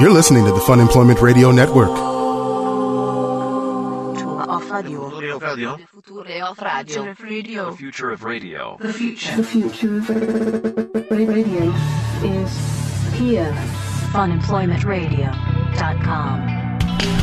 You're listening to the Fun Employment Radio Network. Future of radio. Future of radio. Future of radio. The future of radio. The future of radio is here. Funemploymentradio.com.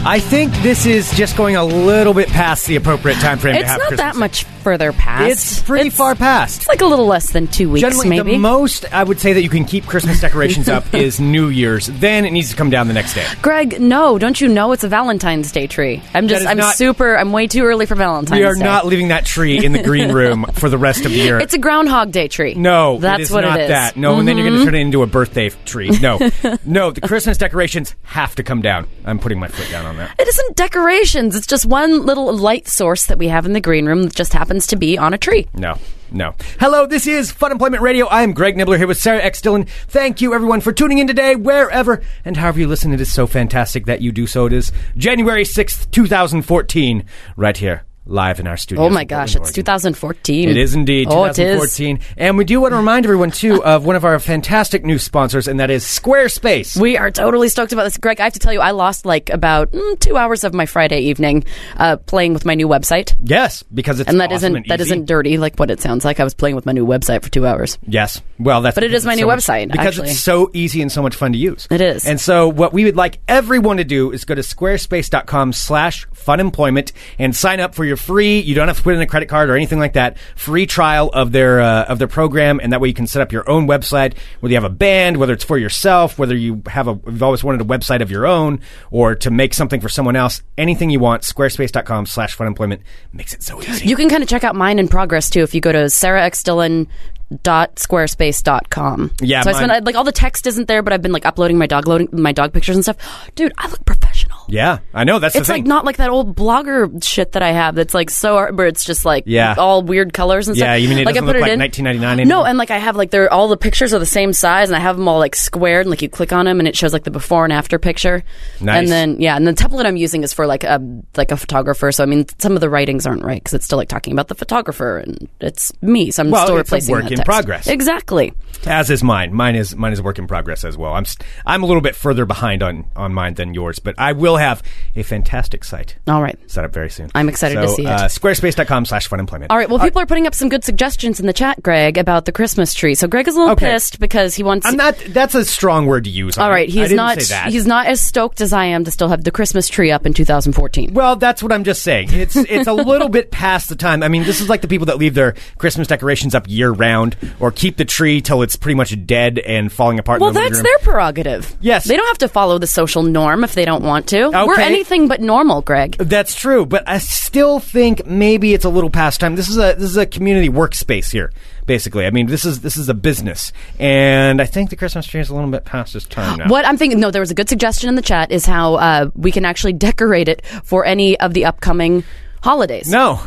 I think this is just going a little bit past the appropriate time frame to It's have not Christmas. that much further past. It's pretty far past. It's like a little less than two weeks, Generally, maybe. the most I would say that you can keep Christmas decorations up is New Year's. Then it needs to come down the next day. Greg, no, don't you know it's a Valentine's Day tree? I'm That just, is I'm not- super, I'm way too early for Valentine's. we are Day. not leaving that tree in the green room for the rest of the year. It's a Groundhog Day tree. no, that's it is what not it is. Mm-hmm. That no, and then you're going to turn it into a birthday f- tree. No, no, the Christmas decorations have to come down. I'm putting my foot down on that. It isn't decorations. It's just one little light source that we have in the green room that just happens to be on a tree. No, no. Hello, this is Fun Employment Radio. I am Greg Nibbler here with Sarah X. Dillon. Thank you, everyone, for tuning in today, wherever and however you listen. It is so fantastic that you do so. It is January 6th, 2014, right here, live in our studio. Oh my gosh, it's 2014. It is indeed Oh, it is. 2014. And we do want to remind everyone, too, of one of our fantastic new sponsors, and that is Squarespace. We are totally stoked about this. Greg, I have to tell you, I lost like about mm, two hours of my Friday evening uh, playing with my new website. yes, because it's And that awesome not and that easy. isn't dirty like what it sounds like. I was playing with my new website for two hours. Yes. Well, that's But it because is my it's new so much- website, because actually. it's so easy and so much fun to use. It is. And so what we would like everyone to do is go to squarespace.com/funemployment and sign up for your free. You don't have to put in a credit card or anything like that. Free trial of their uh, of their program, and that way you can set up your own website. Whether you have a band, whether it's for yourself, whether you have a you've always wanted a website of your own, or to make something for someone else, anything you want, squarespace.com/funemployment makes it so easy. You can kind of check out mine in progress too if you go to sarahxdillon.squarespace.com. Yeah, so I spent mine- I- like all the text isn't there, but I've been like uploading my dog loading my dog pictures and stuff. Dude, I look professional. yeah, I know that's It's the like thing. not like that old blogger shit that I have. That's like so art- where it's just like Yeah. all weird colors and Yeah, stuff. you mean it like doesn't I put look it like in 1999 No, anymore? and like I have like they're all the pictures are the same size, and I have them all like squared, and like you click on them, and it shows like the before and after picture. Nice. And then yeah, and the template I'm using is for like a like a photographer. So I mean, some of the writings aren't right because it's still like talking about the photographer, and it's me. So I'm Well, still it's a replacing work that in text. progress. Exactly. As is mine. Mine is mine is a work in progress as well. I'm st- I'm a little bit further behind on on mine than yours, but I will have a fantastic site All right. set up very soon. I'm excited to So, see it. Uh, Squarespace.com/slash/funemployment. All right. Well, people are putting up some good suggestions in the chat, Greg, about the Christmas tree. So Greg is a little Okay. pissed because he wants. I'm not. That's a strong word to use. All right, I he's didn't not Say that. he's not as stoked as I am to still have the Christmas tree up in 2014. Well, that's what I'm just saying. It's it's a little bit past the time. I mean, this is like the people that leave their Christmas decorations up year round, or keep the tree till it's pretty much dead and falling apart. in Well, the living that's room. their prerogative. Yes. They don't have to follow the social norm if they don't want to. We're Okay. anything but normal, Greg. That's true, but I still think maybe it's a little past time. This is a this is a community workspace here, basically. I mean, this is this is a business, and I think the Christmas tree is a little bit past its time now. What I'm thinking, no, there was a good suggestion in the chat is how uh, we can actually decorate it for any of the upcoming holidays. No,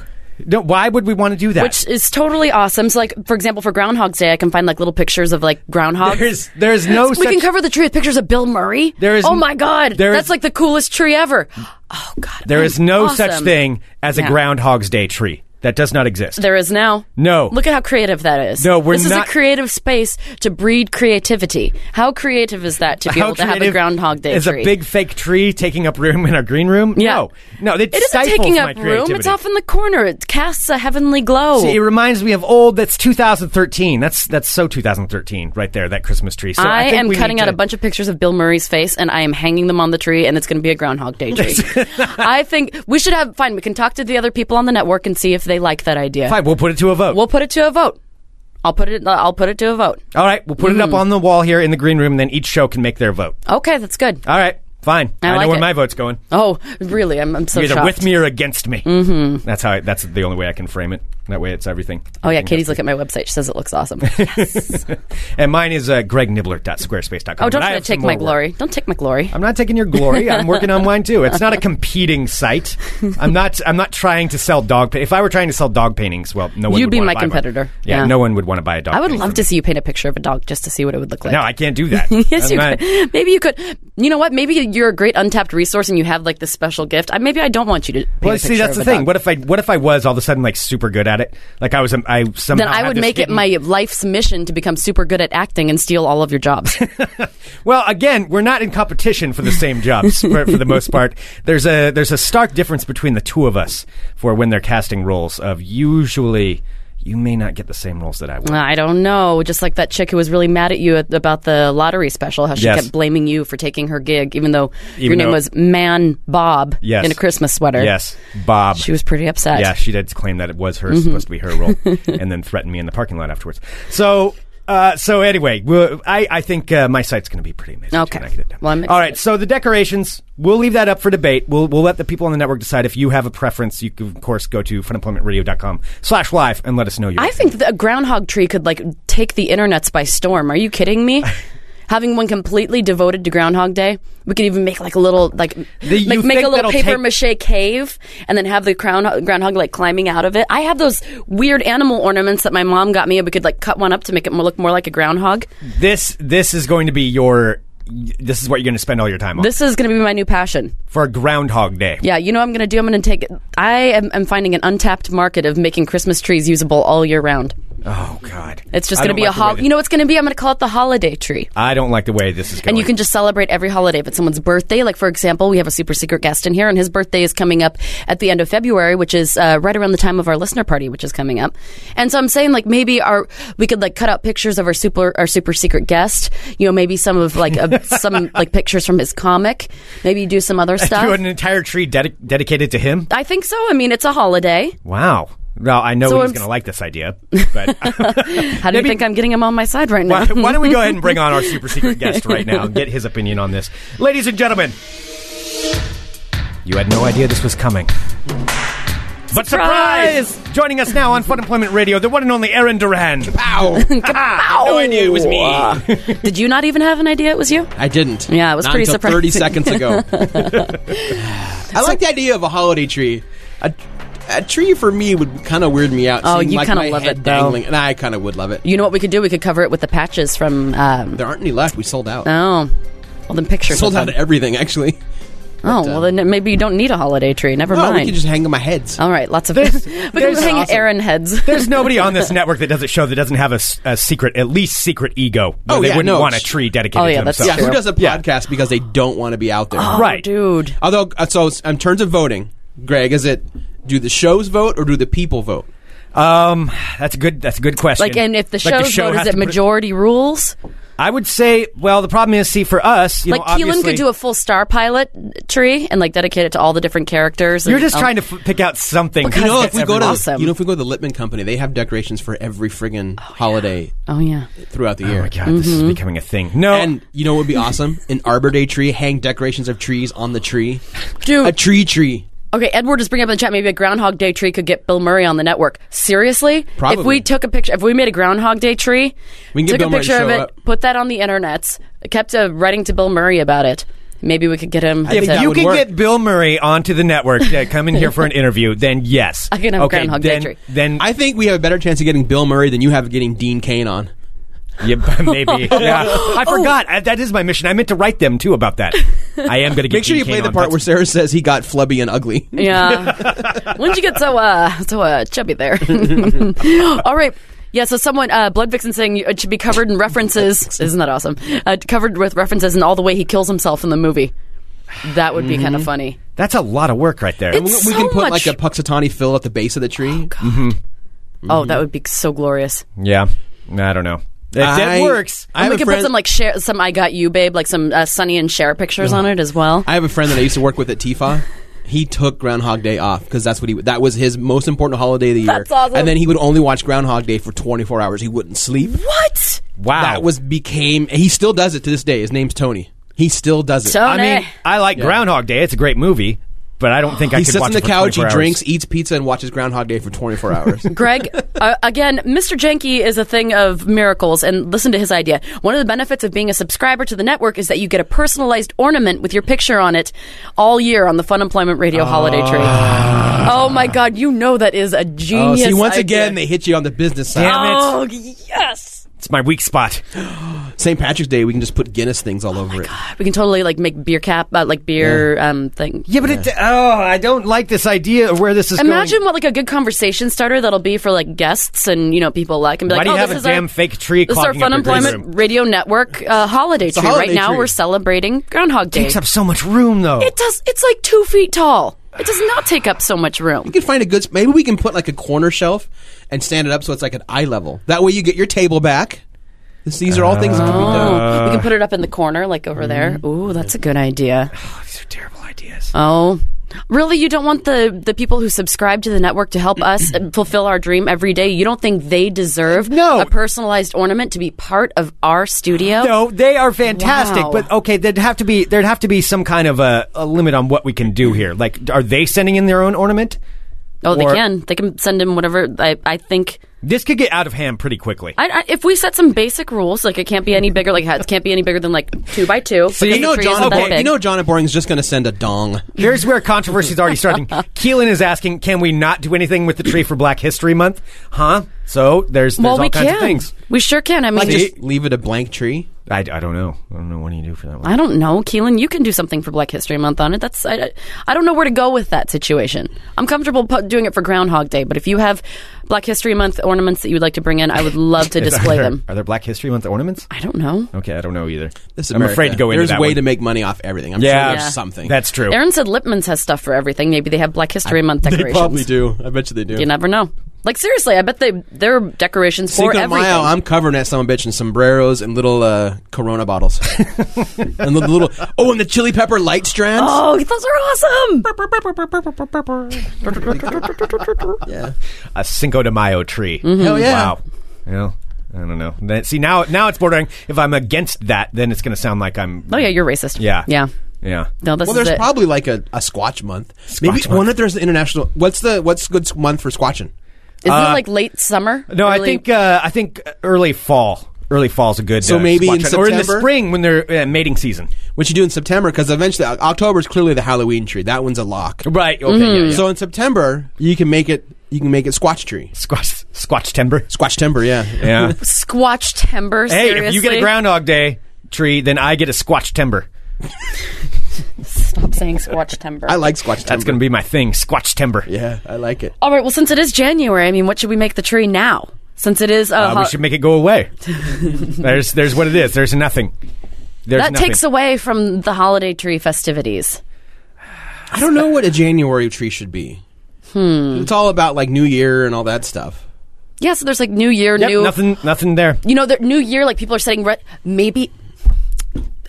no. Why would we want to do that? Which is totally awesome. So, like, for example, for Groundhog's Day, I can find like little pictures of like groundhogs. there's there's no. we such- can cover the tree with pictures of Bill Murray. There is- oh my God, there is- that's like the coolest tree ever. Oh God, there is no such Awesome. thing as a Yeah. Groundhog's Day tree. That does not exist. There is now. No. Look at how creative that is. No, we're this not- is a creative space to breed creativity. How creative is that to be How able to have a creative Groundhog Day is tree? a big fake tree taking up room in our green room. Yeah. No, no, it, It isn't stifles taking my up room. It's creativity. off in the corner. It casts a heavenly glow. See, it reminds me of old. That's 2013. That's that's so 2013 right there. That Christmas tree. So I, I, think am we need cutting out to- a bunch of pictures of Bill Murray's face, and I am hanging them on the tree, and it's going to be a Groundhog Day tree. I think we should have. Fine, we can talk to the other people on the network and see if they like that idea. Fine, we'll put it to a vote. We'll put it to a vote. I'll put it. I'll put it to a vote. All right, we'll put it Mm-hmm. up on the wall here in the green room, and then each show can make their vote. Okay, that's good. All right, fine. I know like where it. my vote's going. Oh, really? I'm, I'm so You're either shocked. with me or against me. Mm-hmm. That's how. I, that's the only way I can frame it. That way, it's everything. Oh yeah, Everything Katie's looking at my website. She says it looks awesome. Yes. goes- And mine is uh, gregnibbler.squarespace.com. oh, don't but I try to have some take my more work. glory. Don't take my glory. I'm not taking your glory. I'm working on mine too. It's not a competing site. I'm not. I'm not trying to sell dog. Pa- if I were trying to sell dog paintings, well, no one. You'd would be wanna my buy one. competitor. Yeah, Yeah. no one would want to buy a dog. I would painting love from to see you paint a picture of a dog just to see what it would look like. me. No, I can't do that. yes, I'm you not- could. Maybe you could. You know what? Maybe you're a great untapped resource, and you have like this special gift. I, maybe I don't want you to. Paint Well, a see, picture that's of the a thing. dog. What if I what if I was all of a sudden like super good at about it. Like I was, um, I somehow Then I had would this make it hidden- my life's mission to become super good at acting and steal all of your jobs. Uh, Well, again, we're not in competition for the same jobs for, for the most part. There's a there's a stark difference between the two of us for when they're casting roles. Of usually, you may not get the same roles that I would. I don't know. Just like that chick who was really mad at you at, about the lottery special, how she Yes. kept blaming you for taking her gig, even though your Even name though- was Man Bob Yes. in a Christmas sweater. Yes, Bob. She was pretty upset. Yeah, she did claim that it was Mm-hmm. her supposed to be her role, and then threatened me in the parking lot afterwards. So, uh, so anyway, we'll- I I think uh, my site's going to be pretty amazing. too, Okay. when I get it done. Well, I'm All right. So the decorations, we'll leave that up for debate. We'll we'll let the people on the network decide. If you have a preference, you can of course go to funemploymentradio.com slash live and let us know your. I think the groundhog tree could like take the internets by storm. Are you kidding me? Having one completely devoted to Groundhog Day, we could even make like a little like you make, make think a little that'll paper take- mache cave, and then have the crown groundhog like climbing out of it. I have those weird animal ornaments that my mom got me, and we could like cut one up to make it more, look more like a groundhog. this this is going to be your. This is what you're going to spend all your time on This is going to be my new passion. for Groundhog Day. Yeah, you know what I'm going to do. I'm going to take. I am, am finding an untapped market of making Christmas trees usable all year round. Oh God. It's just I going to don't be a like the way hol- that- You know what's going to be? I'm going to call it the holiday tree. I don't like the way this is going. And you can just celebrate every holiday. If it's someone's birthday, like for example, we have a super secret guest in here, and his birthday is coming up at the end of February, which is uh, right around the time of our listener party, which is coming up. And so I'm saying, like maybe our we could like cut out pictures of our super our super secret guest. You know, maybe some of like a, some like pictures from his comic. Maybe do some other stuff. do an entire tree dedi- dedicated to him. I think so. I mean, it's a holiday. Wow. Well, I know So he's I'm- going to like this idea, but How do Maybe- you think I'm getting him on my side right now? why, why don't we go ahead and bring on our super secret guest right now and get his opinion on this? Ladies and gentlemen, you had no idea this was coming. But surprise! Joining us now on Fun Employment Radio, the one and only Aaron Duran. Kapow! no idea it was me. Did you not even have an idea it was you? I didn't. Ah. Yeah, it was Not pretty until Thirty surprising. seconds ago. I like the idea of a holiday tree. A, a tree for me would kind of weird me out. Oh, seeing, you like, kinda my love head it, though. dangling, and I kind of would love it. You know what we could do? We could cover it with the patches from. Um, There aren't any left. We sold out. oh, well then pictures. sold of out them. of everything, actually. Oh well, uh, then maybe you don't need a holiday tree. Never No, we mind. could just hang on my heads. All right, lots of There's- we can there's- hang Awesome. Aaron heads. There's nobody on this network that does a show that doesn't have a, s- a secret, at least secret ego. where Oh, they yeah, wouldn't no, want a it's- tree dedicated Oh, yeah, to that's themselves. yeah, who true. Oh. does a Yeah. podcast because they don't want to be out there? Right. dude. Although, uh, so in terms of voting, Greg, is it do the shows vote or do the people vote? Um, that's a good. That's a good question. Like, and if the Like, show's show vote has is it to put- majority rules? I would say. Well, the problem is, see, for us, you Like know, Keelan obviously- could do a full star pilot tree and like dedicate it to all the different characters. oh, You're just trying to f- pick out something. You know, if That's we go to awesome. you know if we go to the Lippman Company, they have decorations for every friggin' holiday Oh yeah, throughout the year. Oh my god, this Mm-hmm. is becoming a thing. No, And you know what would be awesome? An Arbor Day tree, hang decorations of trees on the tree. dude. A tree tree. Okay, Edward is bringing up in the chat. Maybe a Groundhog Day tree could get Bill Murray on the network. Seriously, Probably. if we took a picture, if we made a Groundhog Day tree, We can get took Bill a Murray to picture of show it, up. put that on the internets, kept uh, writing to Bill Murray about it. Maybe we could get him. think to- that if you would can work. get Bill Murray onto the network to come in here for an interview, then yes, I can have okay, Groundhog Day then, tree. Then I think we have a better chance of getting Bill Murray than you have of getting Dean Kane on. yeah, maybe. Yeah. I Oh. forgot. I, that is my mission. I meant to write them too about that. I am going to get. Make sure Dean you play Kane the on. part where That's- Sarah says he got flubby and ugly. Yeah. when did you get so uh so uh chubby there? All right. Yeah, so someone, uh, Blood Vixen saying it should be covered in references. Isn't that awesome? Uh, covered with references and all the way he kills himself in the movie. That would be Mm-hmm. kind of funny. that's a lot of work right there. It's- we So can put much- like a Puxatani fill at the base of the tree. Oh, Mm-hmm. that would be so glorious. yeah, I don't know. It, it I- works. I have we a could put friend- some like share, some I got you, babe, like some uh, Sunny and Cher pictures on it as well. I have a friend that I used to work with at Tifa. He took Groundhog Day off because that's what he that was his most important holiday of the year. That's awesome. And then he would only watch Groundhog Day for 24 hours. He wouldn't sleep. what? wow, That was became he still does it to this day. His name's Tony. He still does it. Tony. I mean, I like Groundhog Day. It's a great movie, but I don't think I eh. He could sits watch on it the for couch, he 24 hours. drinks, eats pizza, and watches Groundhog Day for 24 hours. Greg, uh, again, Mr. Jenke is a thing of miracles, and listen to his idea. One of the benefits of being a subscriber to the network is that you get a personalized ornament with your picture on it all year on the Fun Employment Radio holiday tree. Ah. Oh my God, you know that is a oh, genius. see, once idea. again, they hit you on the business side. Damn it. Oh yes, It's my weak spot. St. Patrick's Day, we can just put Guinness things all Oh over it. We can totally like make beer cap, uh, like beer um thing. Yeah, but it. Oh, I don't like this idea of where this is Imagine what like a good conversation starter that'll be for like guests and you know people like and be Why like, do you oh, have this a is damn our, fake tree This is our clogging up your Fun green Employment room? Radio Network uh, holiday tree. holiday right now, tree. we're celebrating Groundhog Day. Takes up so much room, though. it does. It's like two feet tall. It does not take up so much room. You can find a good. Maybe we can put like a corner shelf and stand it up so it's like an eye level. That way you get your table back. This, these are all things that can be done. Oh, uh, we can put it up in the corner, like over Mm-hmm. there. Ooh, that's a good idea. These are terrible ideas. Oh. Really, you don't want the, the people who subscribe to the network to help us fulfill our dream every day. You don't think they deserve No. a personalized ornament to be part of our studio? No, they are fantastic, Wow. but okay, there'd have to be there'd have to be some kind of a, a limit on what we can do here. Like, are they sending in their own ornament? Oh, they Or- can. They can send in whatever. I, I think This could get out of hand pretty quickly. I, I, if we set some basic rules, like it can't be any bigger, like it can't be any bigger than like two by two. You because know, the tree John isn't that Boring, you big. know, Oh, John at Boring's just going to send a dong. Here's where controversy's already starting. Keelan is asking, can we not do anything with the tree for Black History Month? Huh? So there's, there's well, all we kinds can. of things. We sure can. I mean, Like just, just leave it a blank tree. I, I don't know. I don't know what do you do for that one. I don't know, Keelan. You can do something for Black History Month on it. That's I, I- I don't know where to go with that situation. I'm comfortable pu- doing it for Groundhog Day, but if you have Black History Month ornaments that you would like to bring in, I would love to display are there, them. Are there Black History Month ornaments? I don't know. Okay, I don't know either. This is I'm afraid America. to go into There's that a way one. to make money off everything. I'm Yeah. sure there's Yeah. something. That's true. Aaron said Lipman's has stuff for everything. Maybe they have Black History Month they decorations. probably do. I bet you they do. You never know. Like seriously, I bet they there are decorations for Cinco de everything. Mayo, I'm covering that son of a bitch in sombreros and little uh, Corona bottles, and the little oh, and the chili pepper light strands. oh, those are awesome! Yeah, a Cinco de Mayo tree. Mm-hmm. Hell yeah. Wow. Yeah. I don't know. That- see now, now it's bordering. If I'm against that, then it's going to sound like I'm. Oh yeah, you're racist. Yeah. yeah. Yeah. No, this Well, is there's it. probably like a, a Squatch month. Maybe Squatch one month. that there's the international. What's the what's good s- month for squatching? Isn't it like late summer? Uh, No, I Early- think uh, I think early fall. Early fall's a good. So uh, maybe squatch in hunt. or in the September? spring when they're uh, mating season. What you do in September? Because eventually O- October's clearly the Halloween tree. That one's a lock. Right. Okay. Mm-hmm. Yeah, So in September you can make it. You can make it Squatch tree. squash squash timber. Squatch timber. Yeah. Yeah. squatch timber. uh, hey, seriously? if you get a Groundhog Day tree, then I get a squash timber. stop saying squatch timber. I like Squatch timber. That's going to be my thing. Squash timber. Yeah, I like it. All right. Well, since it is January, I mean, what should we make the tree now? Since it is, uh, Uh, we ho- should make it go away. there's there's what it is. There's nothing. There's that nothing. takes away from the holiday tree festivities. I don't know what a January tree should be. Hmm. It's all about like New Year and all that stuff. Yeah, so there's like New Year, Yep, new nothing. Nothing there. You know, the New Year, like people are setting re- maybe.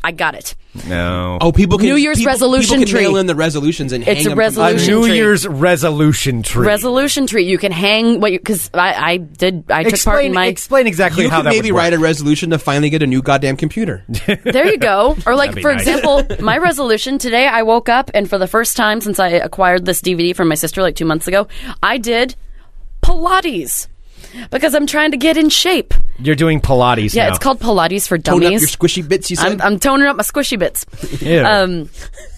I got it. No. Oh, people can New Year's people- resolution people can tree. mail in the resolutions and It's hang a 'em a resolution. New tree. Year's resolution tree. Resolution tree. You can hang what you because I, I did. I took part in Explain, my. explain exactly You how could that maybe would work. write a resolution to finally get a new goddamn computer. There you go. Or like That'd be for nice. example, my resolution today. I woke up and for the first time since I acquired this DVD from my sister like two months ago, I did Pilates because I'm trying to get in shape. You're doing Pilates. Yeah, now. it's called Pilates for Tone dummies. up your squishy bits. You said I'm, I'm toning up my squishy bits. Ew. Um,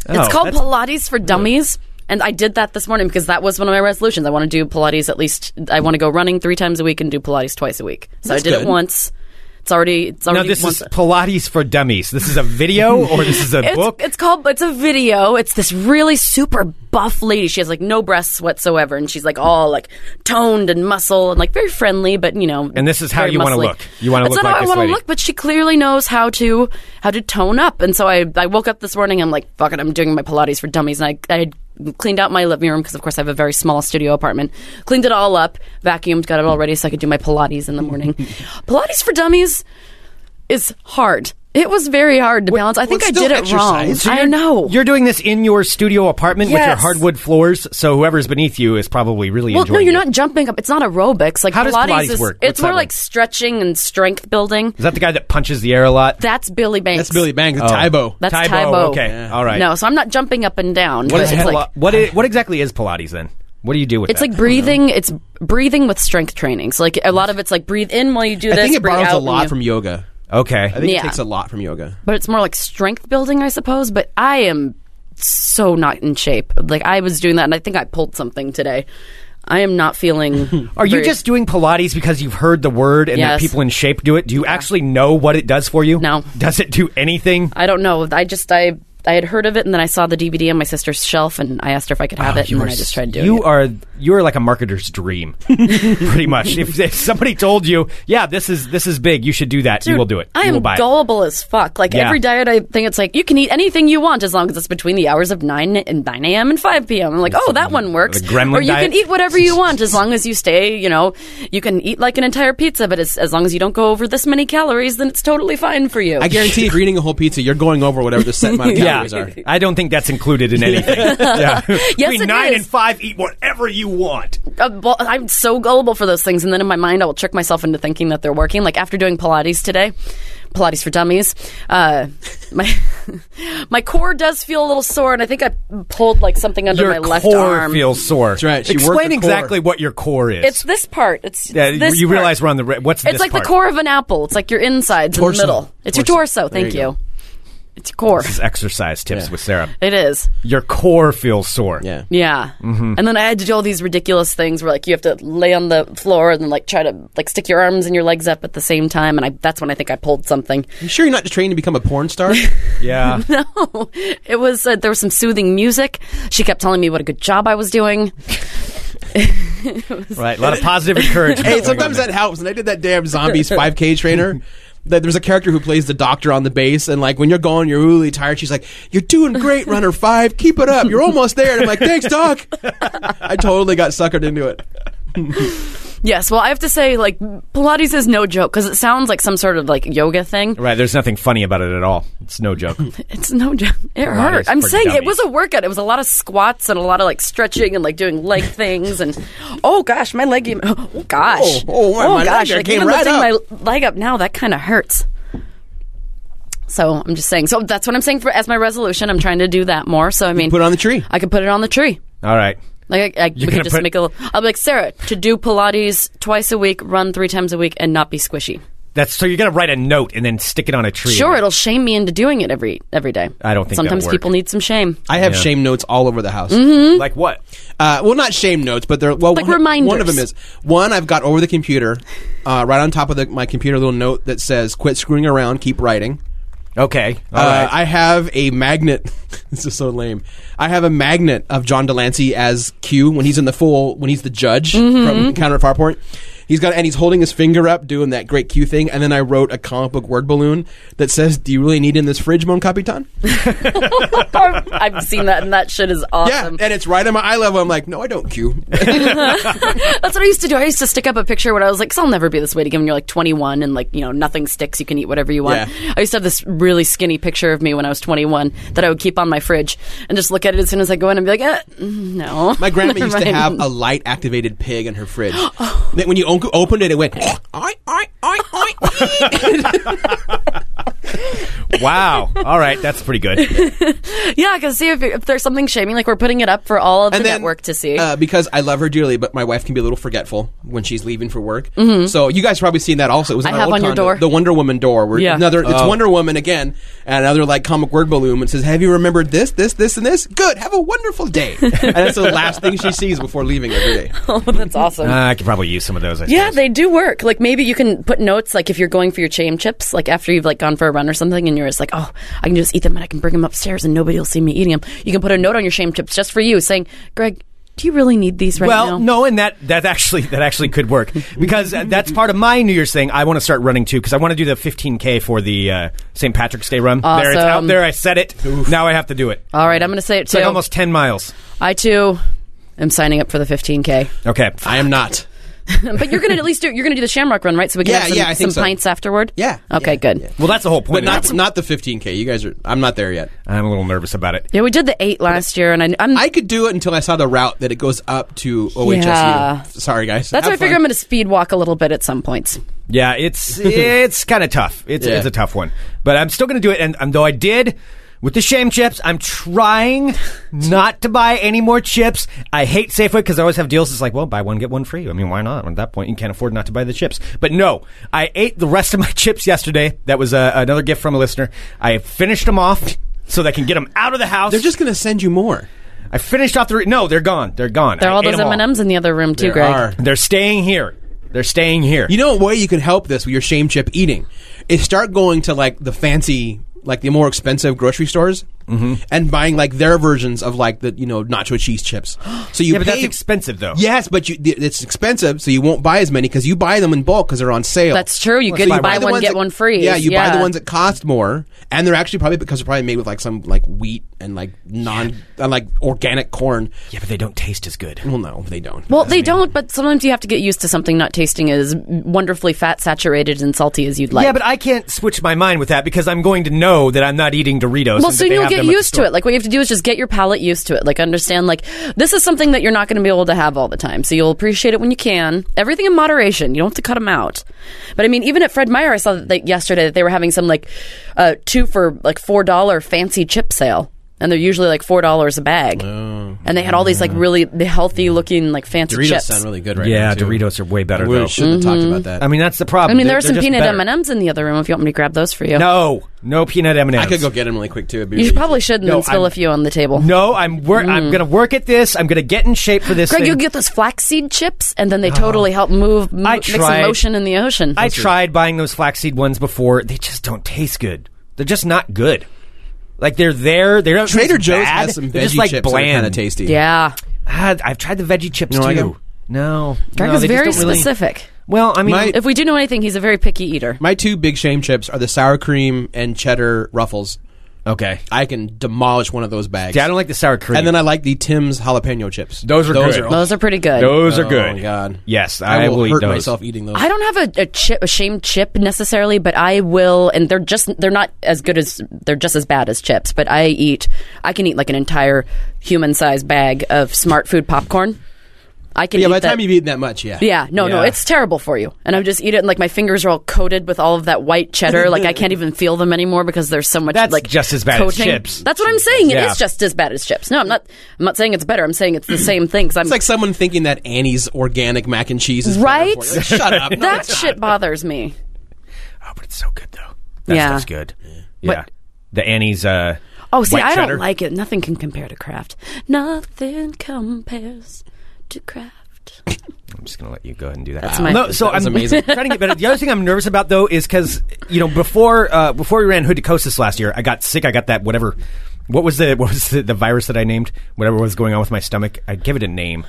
Oh, it's called that's- Pilates for Dummies. And I did that this morning because that was one of my resolutions. I want to do Pilates at least. I want to go running three times a week and do Pilates twice a week. So That's I did good. it once. It's already. It's Now already. this once. is Pilates for dummies. This is a video or this is a it's, book. it's called. It's a video. It's this really super buff lady. She has like no breasts whatsoever, and she's like all like toned and muscle and like very friendly, but you know. And this is how very you wanna muscly. look. You wanna That's look not like how this I wanna lady. look, but she clearly knows how to how to tone up. And so I I woke up this morning. I'm like, fuck it. I'm doing my Pilates for dummies, and I I had cleaned out my living room because of course I have a very small studio apartment. Cleaned it all up, vacuumed, got it all ready so I could do my Pilates in the morning. Pilates for dummies is hard. It was very hard to balance. I think it's I still did it wrong. exercise. So I know. You're doing this in your studio apartment with your Yes. hardwood floors, so whoever's beneath you is probably really well, enjoying. no, you're it. not jumping up. It's not aerobics. Like How does Pilates, Pilates is, work? What's It's that more one? like stretching and strength building. Is that the guy that punches the air a lot? That's Billy Banks. that's Billy Bangs, Oh. Tybo. That's Tybo, Tybo. Okay, all right. No, so I'm not jumping up and down. what but is it's Pila- like uh, what is, what exactly is Pilates then? What do you do with it's that? like breathing. It's breathing with strength training. So like a lot of it's like breathe in while you do I this. think it breathe borrows out a when lot you- from yoga. okay. I think Yeah. it takes a lot from yoga. but it's more like strength building, I suppose. But I am so not in shape. Like I was doing that, and I think I pulled something today. I am not feeling. Are you very- just doing Pilates because you've heard the word and that Yes. people in shape do it? Do you actually know what it does for you? No. Does it do anything? I don't know. I just I I had heard of it, and then I saw the DVD on my sister's shelf, and I asked her if I could have it, and then I just tried doing Oh, you it. are you are like a marketer's dream, pretty much. If, if somebody told you, yeah, this is this is big, you should do that. you Dude, will do it. I you am will buy it. gullible as fuck. Like Yeah. every diet, I think it's like you can eat anything you want as long as it's between the hours of nine and nine a.m. and five p.m. I'm like, oh, that one works. The gremlin or you diet? can eat whatever you want as long as you stay. You know, you can eat like an entire pizza, but as, as long as you don't go over this many calories, then it's totally fine for you. I guarantee if you're eating a whole pizza, you're going over whatever the set amount of Yeah, calories are. I don't think that's included in anything. yeah. Between it nine is. and five, eat whatever you want. Uh, well, I'm so gullible for those things, and then in my mind, I will trick myself into thinking that they're working. Like after doing Pilates today, Pilates for Dummies, uh, my my core does feel a little sore, and I think I pulled like something under Your my left core arm. feels sore. That's right, she worked Explain the core. exactly what your core is. it's this part. It's yeah, it's this you part. realize we're on the re- what's It's this like part? the core of an apple. It's like your insides Torso. in the middle. It's your Torso. torso. There Thank you you. go. It's your core. This is exercise tips Yeah. with Sarah. It is. Your core feels sore. Yeah. Yeah. And then I had to do all these ridiculous things where like you have to lay on the floor and then like try to like stick your arms and your legs up at the same time and I that's when I think I pulled something. You sure you're not training to become a porn star? Yeah. No. It was uh, there was some soothing music. She kept telling me what a good job I was doing. right. A lot of positive encouragement. hey, going sometimes on that helps. And I did that damn zombies 5K trainer. That there's a character who plays the doctor on the base, and like when you're going, you're really tired. She's like, "You're doing great, runner five. Keep it up. You're almost there." And I'm like, "Thanks, doc." I totally got suckered into it. Yes, well I have to say like Pilates is no joke cuz it sounds like some sort of like yoga thing. there. Right. There's nothing funny about it at all. It's no joke. It's no joke. It hurt. it's I'm for saying it dummies. was a workout. It was a lot of squats and a lot of like stretching and like doing leg things and oh gosh, my leg. Oh gosh. Oh, oh, my- my leg gosh. there like, came even right lifting up. my leg up now, that kind of hurts. So I'm just saying. So that's what I'm saying for as my resolution. I'm trying to do that more. So I mean, Put it on the tree. I could put it on the tree. all right. Like I, I we gonna could just put- make a. Little, I'll be like Sarah to do Pilates twice a week, run three times a week, and not be squishy. That's so you're gonna write a note and then stick it on a tree. Sure, it'll shame me into doing it every every day. I don't think that'll sometimes work. people need some shame. I have shame notes all over the house. Mm-hmm. Mm-hmm. like what? Uh, well, not shame notes, but they're well. Like one, reminders. One of them is one I've got over the computer, uh, right on top of the, my computer, a little note that says, "Quit screwing around, keep writing." Okay. All Uh, right. I have a magnet. this is so lame. I have a magnet of John Delancey as Q when he's in the full when he's the judge Mm-hmm. from Encounter at Farpoint. He's got and he's holding his finger up doing that great Q thing. And then I wrote a comic book word balloon that says, "Do you really need in this fridge, Mon Capitan?" I've seen that, and that shit is yeah, awesome. and it's right at my eye level. I'm like, "No, I don't Q." That's what I used to do. I used to stick up a picture when I was like, 'Cause I'll never be this weight again. When you're like 21 and like, you know, nothing sticks. You can eat whatever you want. Yeah. I used to have this really skinny picture of me when I was 21 that I would keep on my fridge and just look at it as soon as I go in and be like, eh, mm, no. My grandma used to Never have mind. a light activated pig in her fridge. Oh. that when you on- opened it, it went. "Oi, oi, oi, oi." wow. All right. That's pretty good. Uh, Yeah, because see if, if there's something shaming, like we're putting it up for all of and the then network to see. uh, because I love her dearly, but my wife can be a little forgetful when she's leaving for work. So you guys probably seen that also. It was Mm-hmm. I in have our old on your condo, door. the Wonder Woman door. Where Yeah. another it's Wonder Woman again, and another like comic word balloon and says, "Have you remembered this, this, this, and this? Good. Have a wonderful day." and that's the last thing she sees before leaving every day. oh, that's awesome. Uh, I could probably use some of those. I Yeah, suppose. they do work. Like maybe you can put notes like if you're going for your chain chips, like after you've like gone for a run or something and you're just like, "Oh, I can just eat them and I can bring them upstairs and nobody will see me eating them." You can put a note on your shame chips just for you saying, "Greg, do you really need these right well, now?" no, and that that actually that actually could work because uh, that's part of my New Year's thing. I want to start running too because I want to do the 15k for the uh, St. Patrick's Day run. There, it's out Awesome. there. I said it. Now I have to do it. All right, I'm going to say it It's too. like almost 10 miles. I too am signing up for the 15k. Okay. I am not. but you're going to at least do you're going to do the Shamrock run, right? So we can Yeah, have some, yeah, I some think so. pints afterward. Yeah, Okay, yeah, good. yeah. Yeah. Well, that's the whole point. But of that. not not the 15k. You guys are. I'm not there yet. I'm a little nervous about it. we did the 8 last year and I, I'm I could do it until I saw the route that it goes up to OHSU. Yeah. Sorry, guys. That's Have why I figure I'm fun. going to speed walk a little bit at some points. Yeah, it's it's kind of tough. It's Yeah. it's a tough one, but I'm still going to do it. And, and though I did with the shame chips, I'm trying not to buy any more chips. I hate Safeway because I always have deals. It's like, well, buy one get one free. I mean, why not? At that point, you can't afford not to buy the chips. But no, I ate the rest of my chips yesterday. That was uh, another gift from a listener. I finished them off so that I can get them out of the house. They're just going to send you more. I finished off the. Re- no, they're gone. They're gone. There are I all ate those them M and M's in the other room too, There Greg. are. They're staying here. They're staying here. You know what way you can help this with your shame chip eating is start going to like the fancy, like the more expensive grocery stores and buying like their versions of like the you know nacho cheese chips. So you yeah, but that's pay- expensive though. Yes, but you, th- it's expensive, so you won't buy as many because you buy them in bulk because they're on sale. That's true. You Well, get so you you buy, buy the one ones get that- one free. Yeah, you buy the ones that cost more, and they're actually probably because they're probably made with like some like wheat and like non and, like organic corn. Yeah, but they don't taste as good. Well, no, they don't. Well, they don't, but sometimes you have to get used to something not tasting as wonderfully fat saturated and salty as you'd like. yeah, but I can't switch my mind with that because I'm going to know that I'm not eating Doritos. well, and that soon they you'll have get them at the used to store. it. Like what you have to do is just get your palate used to it. Like understand, like this is something that you're not going to be able to have all the time. So you'll appreciate it when you can. Everything in moderation. You don't have to cut them out. But I mean, even at Fred Meyer, I saw that they, yesterday that they were having some like uh, two for like four dollar fancy chip sale, and they're usually like four dollars a bag. Oh, and they had all these like really healthy looking like fancy Doritos chips. Mm-hmm. sound really good right now. Yeah, too. Doritos are way better We though. shouldn't have talked about that. I mean, that's the problem. I mean, there They're- are some they're just peanut better. M and M's in the other room. If you want me to grab those for you, No, no peanut M and M's. I could go get him really quick too. It'd be you really probably easy. should, and No, then spill I'm- a few on the table. No, I'm wor- I'm gonna work at this. I'm gonna get in shape for this. Mm. Greg, thing. you get those flaxseed chips, and then they totally help move, m- Oh. I make some tried. motion in the ocean. I tried buying those flaxseed ones before. They just don't taste good. They're just not good. Like they're there. They're not Trader just Joe's bad. has some They're just veggie like chips that are bland. kind of tasty. yeah, Ah, I've tried the veggie chips You don't like too. them? no, Greg no, is they just very don't really- specific. Well, I mean, My- If we do know anything, he's a very picky eater. My two big shame chips are the sour cream and cheddar ruffles. okay. I can demolish one of those bags. Yeah, I don't like the sour cream. and then I like the Tim's jalapeno chips. Those are those good. Are, Those are pretty good. those are oh good. my God. Yes, I, I, will, eat hurt those. myself eating those. I don't have a, a, chip, a shame chip necessarily, but I will, and they're just they're not as good as they're just as bad as chips. But I eat, I can eat like an entire human sized bag of smart food popcorn. I can. yeah, eat by the that- time you've eaten that much, yeah. Yeah, no, no, Yeah. it's terrible for you. And I just eat it, and like my fingers are all coated with all of that white cheddar. like I can't even feel them anymore because there's so much. That's like just as bad as coating. chips. That's what I'm saying. It Yeah. is just as bad as chips. No, I'm not. I'm not saying it's better. I'm saying it's the same thing. Because I'm It's like someone thinking that Annie's organic mac and cheese is better Right? for you. Like, Shut up. No, that it's not. shit bothers me. Oh, but it's so good though. That Yeah. stuff's good. Yeah. the Annie's. Uh, Oh, see, white I don't cheddar. like it. Nothing can compare to craft. Nothing compares to craft. I'm just gonna let you go ahead and do that. my- no, so That was I'm amazing. trying to get better. The other thing I'm nervous about though is because you know before uh, before we ran Hood to Coast this last year, I got sick. I got that whatever. What was the what was the, the virus that I named? Whatever was going on with my stomach, I give it a name.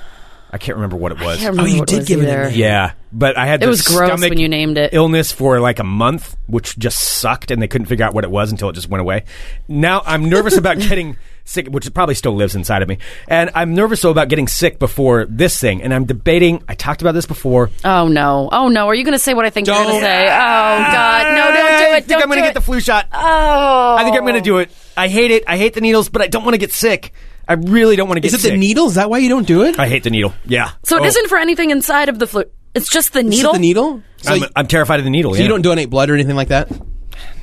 I can't remember what it was. I can't remember you what did was give it a either. name. Yeah, but I had It this was gross stomach when you named it. illness for like a month, which just sucked, and they couldn't figure out what it was until it just went away. Now I'm nervous about getting sick, which probably still lives inside of me, and I'm nervous though about getting sick before this thing. And I'm debating. I talked about this before. Oh no! Oh no! Are you going to say what I think you're going Don't. to say? Oh god! No! Don't do I it! think don't I'm gonna do get it. the flu shot. Oh! I think I'm going to do it. I hate it. I hate the needles, but I don't want to get sick. I really don't want to get Is it sick. the needle? Is that why you don't do it? I hate the needle. Yeah. So it Oh. not for anything inside of the flu. It's just the Is needle. it the needle? So I'm, you, I'm terrified of the needle. so you yeah. don't donate blood or anything like that?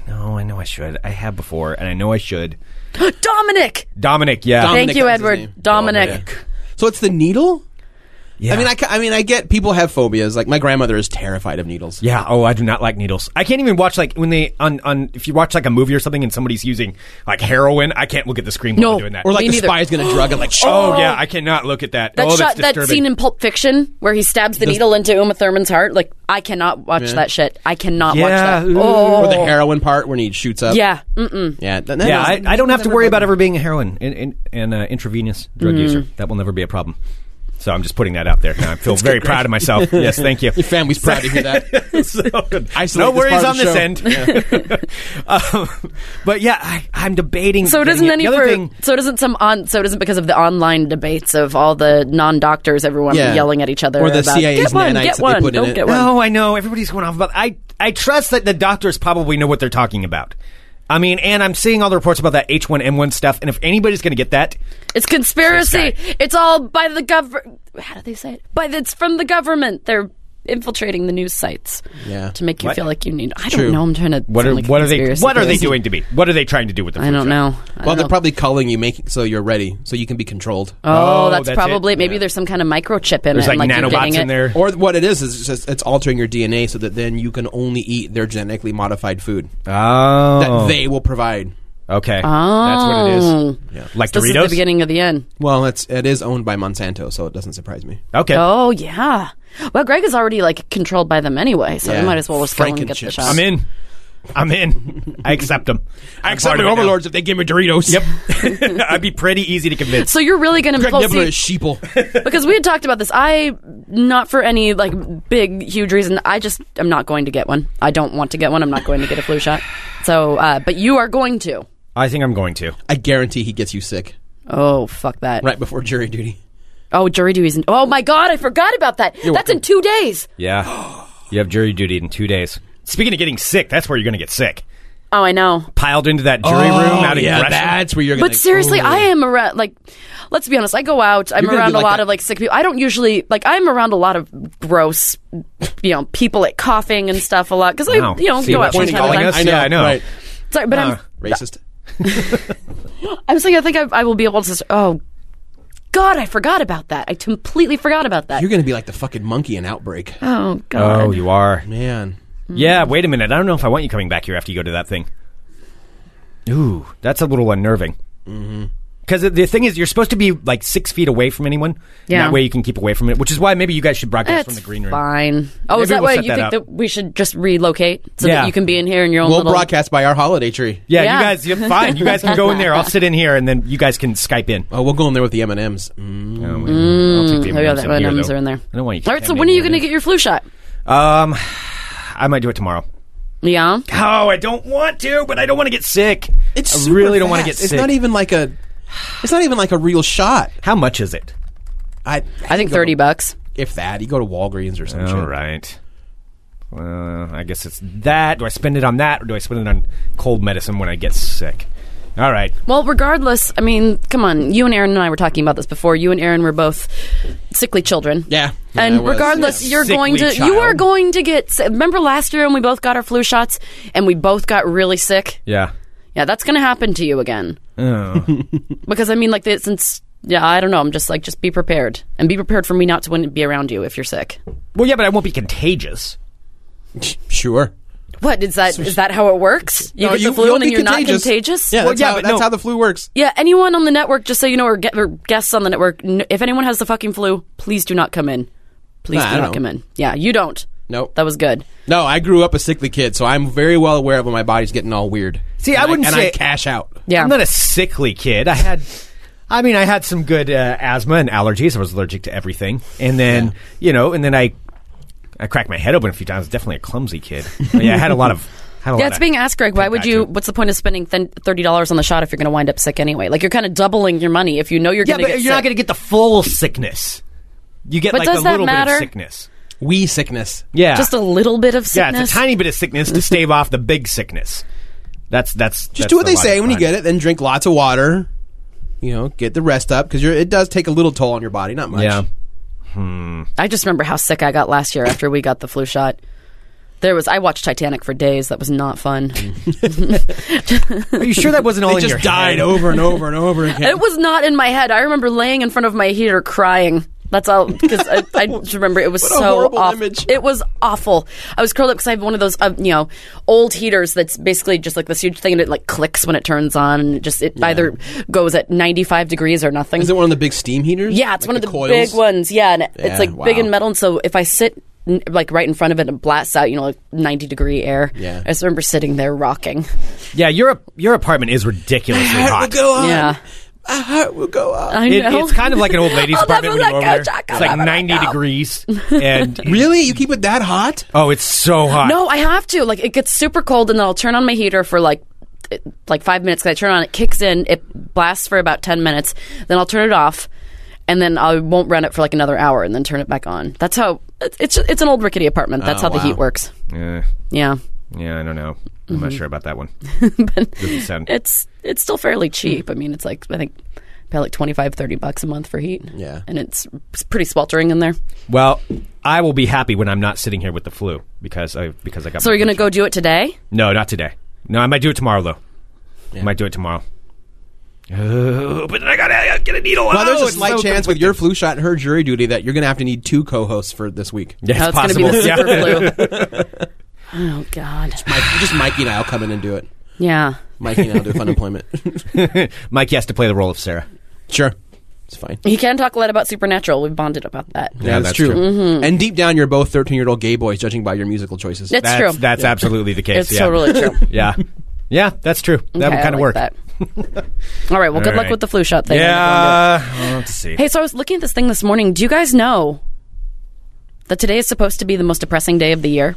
No, I know I should. I have before, and I know I should. Dominic. Dominic, yeah. Dominic, Thank you, that was his Edward. name. Oh, Dominic. So it's the needle? Yeah. I mean, I, ca- I mean, I get people have phobias. Like my grandmother is terrified of needles. Yeah. Oh, I do not like needles. I can't even watch like when they on on if you watch like a movie or something and somebody's using like heroin. I can't look at the screen while No. they're doing that. Or like Me the neither. spy's gonna drug it. Like, oh, yeah, I cannot look at that. That oh, shot, that's that disturbing. scene in Pulp Fiction where he stabs the needle into Uma Thurman's heart. Like I cannot watch that shit. I cannot Yeah, watch that. ooh. Oh. Or the heroin part when he shoots up. Yeah. Mm-mm. Yeah. th- that yeah, is- I, I don't have to worry about ever being a heroin and in, in, uh, intravenous Mm. drug user. That will never be a problem. So I'm just putting that out there. And I feel very proud of myself. yes, thank you. Your family's proud to hear that. so, Isolate no this worries part on of the this show. end. um, but yeah, I, I'm debating. So it getting isn't any The other for, thing, so it isn't some on so it isn't because of the online debates of all the non doctors everyone Yeah. yelling at each other Or the about CIA's get one nanites that get they one put in don't it." get one No, I know everybody's going off about. I I trust that the doctors probably know what they're talking about. I mean, and I'm seeing all the reports about that H1N1 stuff, and if anybody's going to get that, it's conspiracy This guy. it's all by the government how do they say it by the, it's from the government they're infiltrating the news sites Yeah. to make you What? feel like you need. I don't True. know. I'm trying to. what are sound like a what are they conspiracy what are they theorist. doing to me? What are they trying to do with the? I don't flu shot? know. I Well, don't they're know. probably calling you, making so you're ready, so you can be controlled. Oh, Oh, that's, that's probably it. maybe Yeah. there's some kind of microchip in There's it. and, like, you're nanobots getting in it. there. Or what it is is it's, just, it's altering your DNA so that then you can only eat their genetically modified food Oh, that they will provide. Okay, that's what it is. Yeah. Like This is Doritos. the beginning of the end. Well, it's it is owned by Monsanto, so it doesn't surprise me. Okay. Oh yeah. Well, Greg is already like controlled by them anyway, so Yeah. we might as well just go and Franken get the chips. shot. I'm in. I'm in. I accept them. I Except the overlords if they give me Doritos. Yep. Yep. I'd be pretty easy to convince. So you're really going to Greg well, Nibbler is see, sheeple. because we had talked about this. I not for any like big huge reason. I just am not going to get one. I don't want to get one. I'm not going to get a flu shot. So, uh, but you are going to. I think I'm going to. I guarantee he gets you sick Oh fuck that! right before jury duty. Oh, jury duty's in. Oh my god, I forgot about that. That's in two days. Yeah. You have jury duty in two days. Speaking of getting sick, that's where you're going to get sick. Oh, I know. Piled into that jury room out of Oh, yeah, Gresham. that's where you're. Gonna, But seriously, Ooh. I am around. Like, let's be honest. I go out. I'm You're gonna around be a like lot that- of like sick people. I don't usually like. I'm around a lot of gross, you know, people at coughing and stuff a lot because I, Wow. you know, See, go out from pointing time to calling Ah. time. us? Yeah, I know. Right. Sorry, but I'm Racist. I'm saying I think I, I will be able to. s- Oh, God, I forgot about that. I completely forgot about that. You're gonna be like the fucking monkey in Outbreak, oh God. Oh, you are. man. Yeah, wait a minute. I don't know if I want you coming back here after you go to that thing. Ooh, that's a little unnerving. Mm-hmm. Because the thing is, you're supposed to be like six feet away from anyone. Yeah. That way you can keep away from it, which is why maybe you guys should broadcast That's from the green room. fine. Oh, Maybe is that we'll why set you that think up. that we should just relocate so Yeah. that you can be in here in your own We'll little? broadcast by our holiday tree. Yeah, Yeah. you guys, you're fine. You guys can go in there. I'll sit in here, and then you guys can Skype Mm, in. Oh, we'll go in there with the M and M's. Mm. Oh, I'll take the Oh, yeah, M&Ms that in here, M&Ms though. are in there. I don't want you. All right, so when are you going to contaminating get your flu shot? it. Um, I might do it tomorrow. Yeah. Oh, I don't want to, but I don't want to get sick. I super really don't want to fast. get It's sick. not even like a. It's not even like a real shot. How much is it? I. I think thirty bucks. If that, you go to Walgreens or some All shit. right. Well, I guess it's that. Do I spend it on that, or do I spend it on cold medicine when I get sick? All right. Well, regardless, I mean, come on. You and Aaron and I were talking about this before. You and Aaron were both sickly children. Yeah. Yeah, I And was. regardless, Yeah. you're Sickly going to you child. are going to get. sick. Remember last year when we both got our flu shots and we both got really sick. Yeah. Yeah, that's going to happen to you again. Oh. because I mean, like the, since yeah, I don't know. I'm just like just be prepared and be prepared for me not to win- be around you if you're sick. Well, yeah, but I won't be contagious. Sure. What is that? Is that how it works? You No, get the you- flu you'll and be then you're not contagious. contagious. Yeah, Well, that's, yeah, how, but that's no. how the flu works. Yeah, anyone on the network, just so you know, or, get, or guests on the network, n- if anyone has the fucking flu, please do not come in. Please Nah, I do not don't. come in. Yeah, you don't. Nope. That was good. No, I grew up a sickly kid, so I'm very well aware of when my body's getting all weird. See, And I wouldn't and say- I cash out. Yeah. I'm not a sickly kid. I had, I mean, I had some good uh, asthma and allergies. I was allergic to everything, and then you know, and then I, I cracked my head open a few times. Definitely a clumsy kid. But yeah, I had a lot of. Had a yeah, lot it's of- being asked, Greg. Why would back to you? it. What's the point of spending th- thirty dollars on the shot if you're going to wind up sick anyway? Like you're kind of doubling your money if you know you're Yeah, going but to you're get not sick. going to get the full sickness. You get But like does a that little bit matter? of sickness. Wee sickness. Yeah, just a little bit of yeah, sickness. it's a tiny bit of sickness to stave off the big sickness. That's that's Just do what they say when you get it, then drink lots of water. You know, get the rest up because it does take a little toll on your body, not much. Yeah, I just remember how sick I got last year after we got the flu shot. There was I watched Titanic for days. That was not fun. are you sure that wasn't all They in your just died head? over and over and over again. It was not in my head. I remember laying in front of my heater crying. That's all because I, I just remember it was What a so horrible awful. image. It was awful. I was curled up because I have one of those uh, you know old heaters that's basically just like this huge thing and it like clicks when it turns on and it just it either goes at ninety five degrees or nothing. Is it one of the big steam heaters? yeah, it's Like one of the coils? big ones. Yeah, and it- Yeah, it's like big wow. and metal. And so if I sit n- like right in front of it and blasts out you know like ninety degree air, Yeah. I just remember sitting there rocking. Yeah, your your apartment is ridiculously My heart hot. will go on. Yeah. My heart will go on. I It, know. it's kind of like an old lady's I'll apartment when you never go let go, over there. Jack, I'll It's like never let 90 go. degrees. And Really? You keep it that hot? Oh, it's so hot. No, I have to. Like it gets super cold, and then I'll turn on my heater for like t- like five minutes. 'cause I turn it on, it kicks in, it blasts for about ten minutes. Then I'll turn it off, and then I won't run it for like another hour, and then turn it back on. That's how it's it's, it's an old rickety apartment. That's Oh, how the wow. heat works. Yeah, Yeah, yeah, I don't know. I'm Mm-hmm. not sure about that one. Doesn't sound- it's it's still fairly cheap. I mean, it's like I think pay like 25 30 bucks a month for heat Yeah. and it's, it's pretty sweltering in there well, I will be happy when I'm not sitting here with the flu because I because I got. so my are you gonna flu shot. go do it today No, not today. No, I might do it tomorrow though. I might do it tomorrow. Oh, but then I gotta, I gotta get a needle. Well, Oh, there's a it's slight so chance with your flu shot and her jury duty that you're going to have to need two co hosts for this week. Yeah, it's, Oh, it's possible. gonna be the Yeah. super blue oh god Mike, just Mikey and I will come in and do it. Yeah. Mikey and I'll do fun employment. Mike has to play the role of Sarah. sure, it's fine. He can talk a lot about Supernatural. We've bonded about that. Yeah, that's, that's true. true. And deep down, you're both 13 year old gay boys, judging by your musical choices. Mm-hmm. That's That's true. That's absolutely the case. it's yeah. totally true. Yeah. Yeah, that's true. that Okay, would I kind of like work. that. All right. Well, good All luck right. with the flu shot thing. Yeah. well, let's see. Hey, so I was looking at this thing this morning. Do you guys know that today is supposed to be the most depressing day of the year?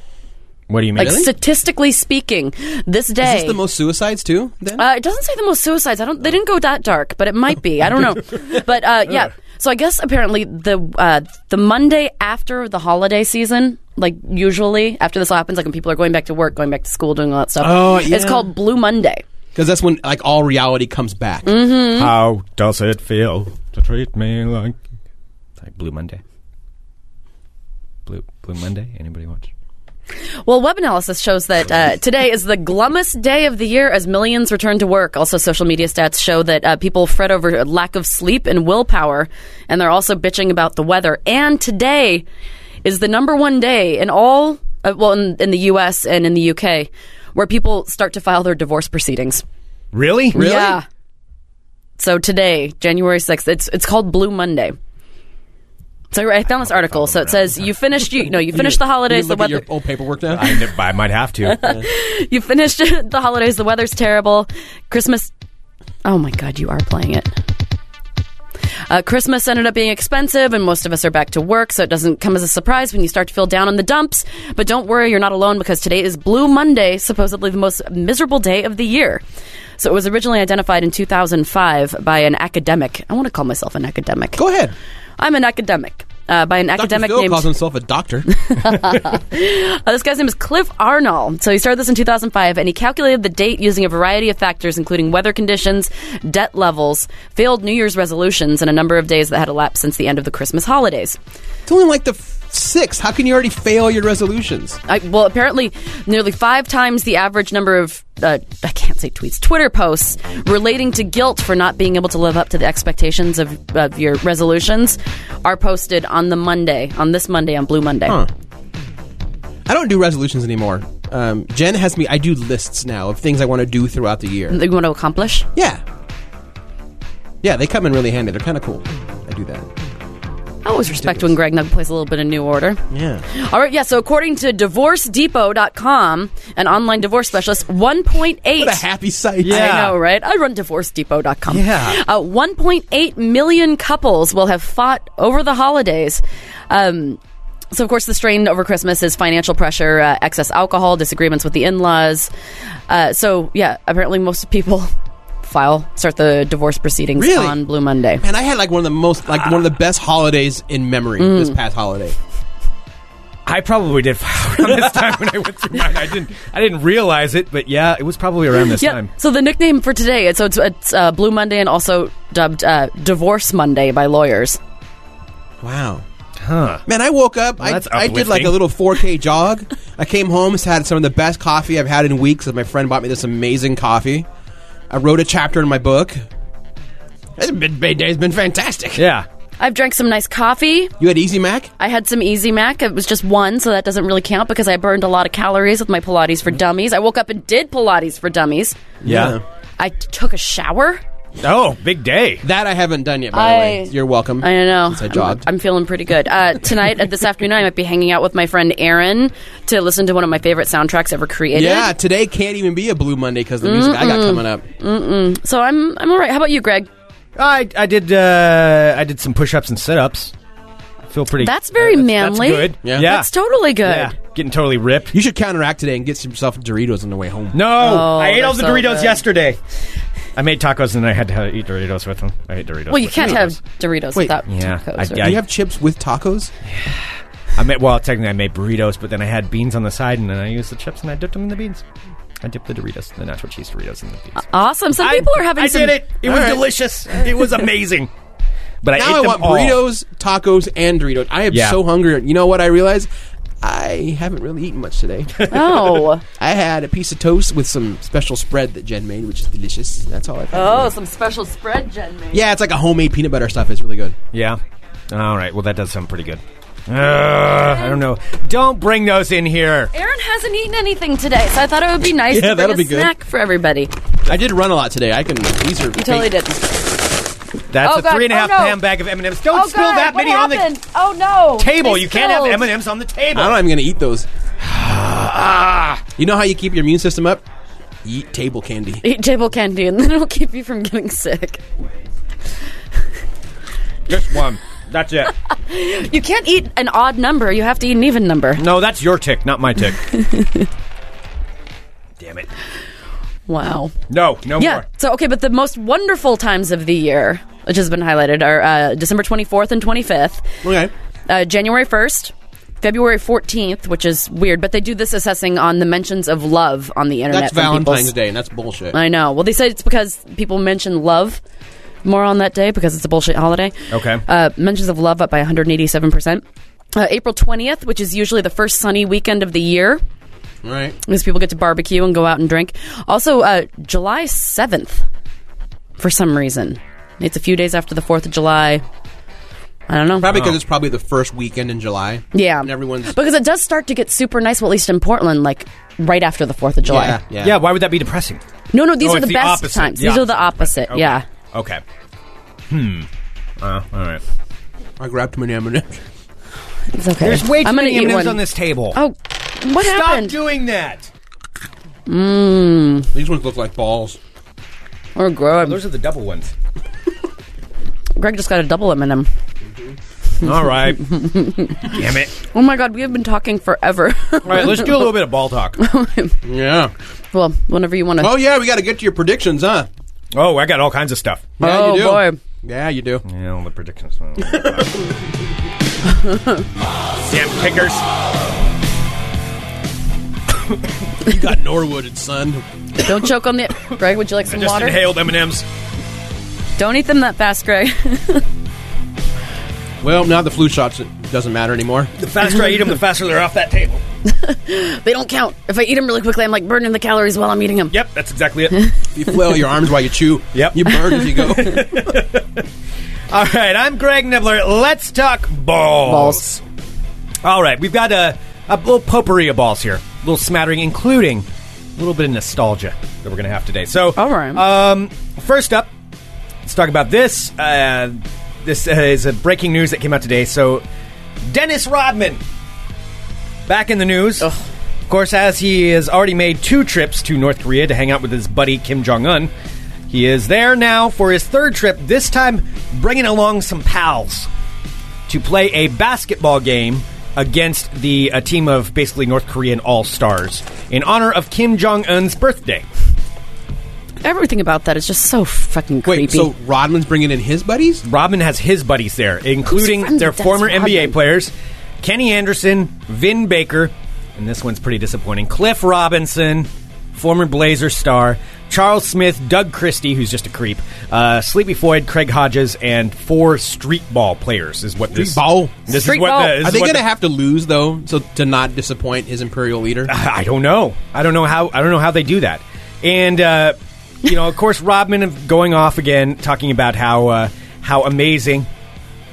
What do you mean? Like statistically speaking, this Is day this the most suicides too? Then Uh, it doesn't say the most suicides. I don't. They didn't go that dark, but it might be. I don't know. but uh, yeah. So I guess apparently the uh, the Monday after the holiday season, like usually after this all happens, like when people are going back to work, going back to school, doing all that stuff. Oh, It's yeah. called Blue Monday. because that's when like all reality comes back. Mm-hmm. How does it feel to treat me like like Blue Monday? Blue Blue Monday. Anybody watch? Well, web analysis shows that uh, today is the glummest day of the year as millions return to work. Also, social media stats show that uh, people fret over lack of sleep and willpower, and they're also bitching about the weather. And today is the number one day in all, uh, well, in, in the U.S. and in the U.K., where people start to file their divorce proceedings. Really? Really? Yeah. So today, January 6th, it's it's called Blue Monday. So I found this article. So it says you finished you no you finished the holidays. the You look at your weather old paperwork now. I might have to. you finished the holidays. The weather's terrible. Christmas. Oh my God, you are playing it. Uh, Christmas ended up being expensive, and most of us are back to work, so it doesn't come as a surprise when you start to feel down in the dumps. But don't worry, you're not alone because today is Blue Monday, supposedly the most miserable day of the year. So it was originally identified in 2005 by an academic. I want to call myself an academic. Go ahead. I'm an academic. Uh, by an Doctor academic Phil named calls himself a doctor. uh, this guy's name is Cliff Arnold. So he started this in 2005, and he calculated the date using a variety of factors, including weather conditions, debt levels, failed New Year's resolutions, and a number of days that had elapsed since the end of the Christmas holidays. it's only like the f- sixth. How can you already fail your resolutions? I, well, apparently, nearly five times the average number of uh, I can't say tweets, Twitter posts relating to guilt for not being able to live up to the expectations of, of your resolutions are posted on the Monday, on this Monday, on Blue Monday. I don't do resolutions anymore. Um, Jen has me. I do lists now of things I want to do throughout the year. That you want to accomplish. Yeah, yeah, they come in really handy. They're kind of cool. I do that. I always respect when Greg Nug plays a little bit of New Order. Yeah. All right, yeah, so according to divorcedepot.com, an online divorce specialist, 1.8 What a happy sight. I know, right? I run divorcedepot.com. Yeah. Uh, 1.8 million couples will have fought over the holidays. Um, so, of course, the strain over Christmas is financial pressure, uh, excess alcohol, disagreements with the in laws. Uh, so, yeah, apparently most people file, start the divorce proceedings Really? on Blue Monday. Man, I had like one of the most, like one of the best holidays in memory this past holiday. I probably did file around this time when I went through mine. I didn't. I didn't realize it, but yeah, it was probably around this Yeah. time. So the nickname for today, so it's, it's uh, Blue Monday, and also dubbed uh, Divorce Monday by lawyers. Wow. Huh. Man, I woke up. I, that's I did like uplifting. a little 4K jog. I came home, had some of the best coffee I've had in weeks. My friend bought me this amazing coffee. I wrote a chapter in my book. It's been, been- it's been fantastic. Yeah. I've drank some nice coffee. You had Easy Mac? I had some Easy Mac. It was just one, so that doesn't really count because I burned a lot of calories with my Pilates for Dummies. I woke up and did Pilates for Dummies. Yeah. I t- took a shower. Oh, big day. That I haven't done yet, by the way. I- You're welcome. I don't know. Since I jogged. I'm, I'm feeling pretty good. Uh, tonight, uh, this afternoon, I might be hanging out with my friend Aaron to listen to one of my favorite soundtracks ever created. yeah, today can't even be a Blue Monday because the music I got coming up. So I'm I'm all right. How about you, Greg? I I did uh, I did some push-ups and sit-ups. I feel pretty. That's very manly. That's good. Yeah. Yeah. That's totally good. Yeah. Getting totally ripped. You should counteract today and get yourself Doritos on the way home. No, Oh, I ate all the they're so Doritos good. yesterday. I made tacos and then I had to uh, eat Doritos with them. I ate Doritos. Well, you with can't have Doritos. Doritos Wait, without yeah, tacos. I- or- Do yeah, you have chips with tacos? I made well, technically I made burritos, but then I had beans on the side and then I used the chips and I dipped them in the beans. I dipped the Doritos, the natural cheese Doritos, in the beans. awesome. Some Uh, people are having I some. did it. It was right. delicious. It was amazing. But I ate Now I them want all. burritos, tacos, and Doritos. I am Yeah. so hungry. You know what I realized? I haven't really eaten much today. Oh, I had a piece of toast with some special spread that Jen made, which is delicious. That's all I've had. oh, some special spread Jen made. Yeah, it's like a homemade peanut butter stuff. It's really good. Yeah. All right. Well, that does sound pretty good. Ugh, I don't know. Don't bring those in here. Aaron hasn't eaten anything today, so I thought it would be nice Yeah, to bring that'll a be good. snack for everybody. You I did run a lot today. I can. These are totally big- did. That's Oh, a God. three and a Oh, half no. pound bag of M and M's. Don't oh spill God, that what many on the happened? Oh no! table. They You can't have spilled. M and M's on the table. Ah, I'm not even going to eat those. you know how you keep your immune system up? You Eat table candy. Eat table candy, and then it'll keep you from getting sick. Just one. That's it. You can't eat an odd number. You have to eat an even number. No, that's your tick, not my tick. Damn it. Wow. No, no Yeah. more. So okay, but the most wonderful times of the year, which has been highlighted, are uh, December 24th and 25th, Okay. uh, January 1st, February 14th, which is weird, but they do this assessing on the mentions of love on the internet. That's from Valentine's people's- Day, and that's bullshit. I know. Well, they said it's because people mention love more on that day because it's a bullshit holiday. Okay. Uh, mentions of love up by 187 percent. Uh, April 20th, which is usually the first sunny weekend of the year, Right. because people get to barbecue and go out and drink. Also, uh, July 7th, for some reason. It's a few days after the 4th of July. I don't know. Probably because it's probably the first weekend in July. yeah. And everyone's. Because it does start to get super nice, well, at least in Portland, like right after the 4th of July. yeah, yeah. Yeah, why would that be depressing? No, no, these Oh, are it's the the, best opposite. times. The these are the opposite. Okay. Yeah. Okay. Hmm. Uh, all right. I grabbed too many M&Ms. It's okay. There's way too I'm gonna many eat M&Ms one. on this table. Oh, what Stop happened? doing that. These ones look like balls. or Oh, Greg. Those are the double ones. Greg just got a double M&M. All right. Damn it. Oh my God, we have been talking forever. All right, let's do a little bit of ball talk. Yeah. well, whenever you want to. Oh yeah, we got to get to your predictions, huh? Oh, I got all kinds of stuff. Yeah, Oh, you do. boy. Yeah, you do. Yeah, all the predictions. Damn kickers. You got Norwood and Son. Don't choke on the. Greg, would you like I some just water? inhaled M&M's. Don't eat them that fast, Greg. Well, now the flu shots it doesn't matter anymore. The faster I eat them, the faster they're off that table. they don't count. If I eat them really quickly, I'm like burning the calories while I'm eating them. Yep, that's exactly it. You flail your arms while you chew. Yep. You burn as you go. All right, I'm Greg Nibbler. Let's talk balls. Balls. All right, we've got a, a little potpourri of balls here, a little smattering, including a little bit of nostalgia that we're going to have today. So, All right. Um, first up, let's talk about this. Uh, this uh, is a breaking news that came out today. So, Dennis Rodman back in the news. Of course, as he has already made two trips to North Korea to hang out with his buddy Kim Jong Un, he is there now for his third trip. This time, bringing along some pals to play a basketball game against the a team of basically North Korean all stars in honor of Kim Jong Un's birthday. Everything about that is just so fucking creepy. Wait, so Rodman's bringing in his buddies? Robin has his buddies there, Who's including friends their with Dennis former NBA Rodman? players, Kenny Anderson, Vin Baker, and this one's pretty disappointing. Cliff Robinson, former Blazer star, Charles Smith, Doug Christie, who's just a creep, uh, Sleepy Floyd, Craig Hodges, and four street ball players is what this Street ball? This Street is what ball. The, this Are is they what going the- to have to lose though, so to not disappoint his imperial leader? I don't know. I don't know how. I don't know how they do that. And uh, you know, of course, Rodman going off again, talking about how uh, how amazing,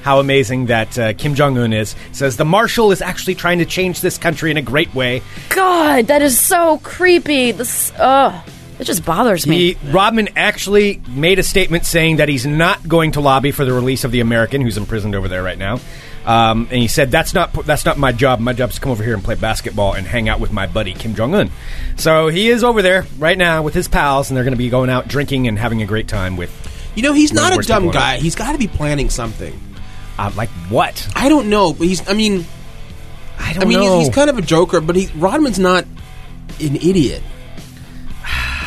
how amazing that uh, Kim Jong Un is. Says the marshal is actually trying to change this country in a great way. God, that is so creepy. This, ugh, it just bothers me. He, Rodman actually made a statement saying that he's not going to lobby for the release of the American who's imprisoned over there right now. Um, and he said that's not that's not my job. My job's to come over here and play basketball and hang out with my buddy Kim Jong Un. So he is over there right now with his pals, and they're going to be going out drinking and having a great time with You know, he's No, not a we're dumb still going guy. He's got to be planning something. uh, like what? I don't know, but he's. I mean, I don't I mean, know. he's, he's kind of a joker, but he Rodman's not an idiot.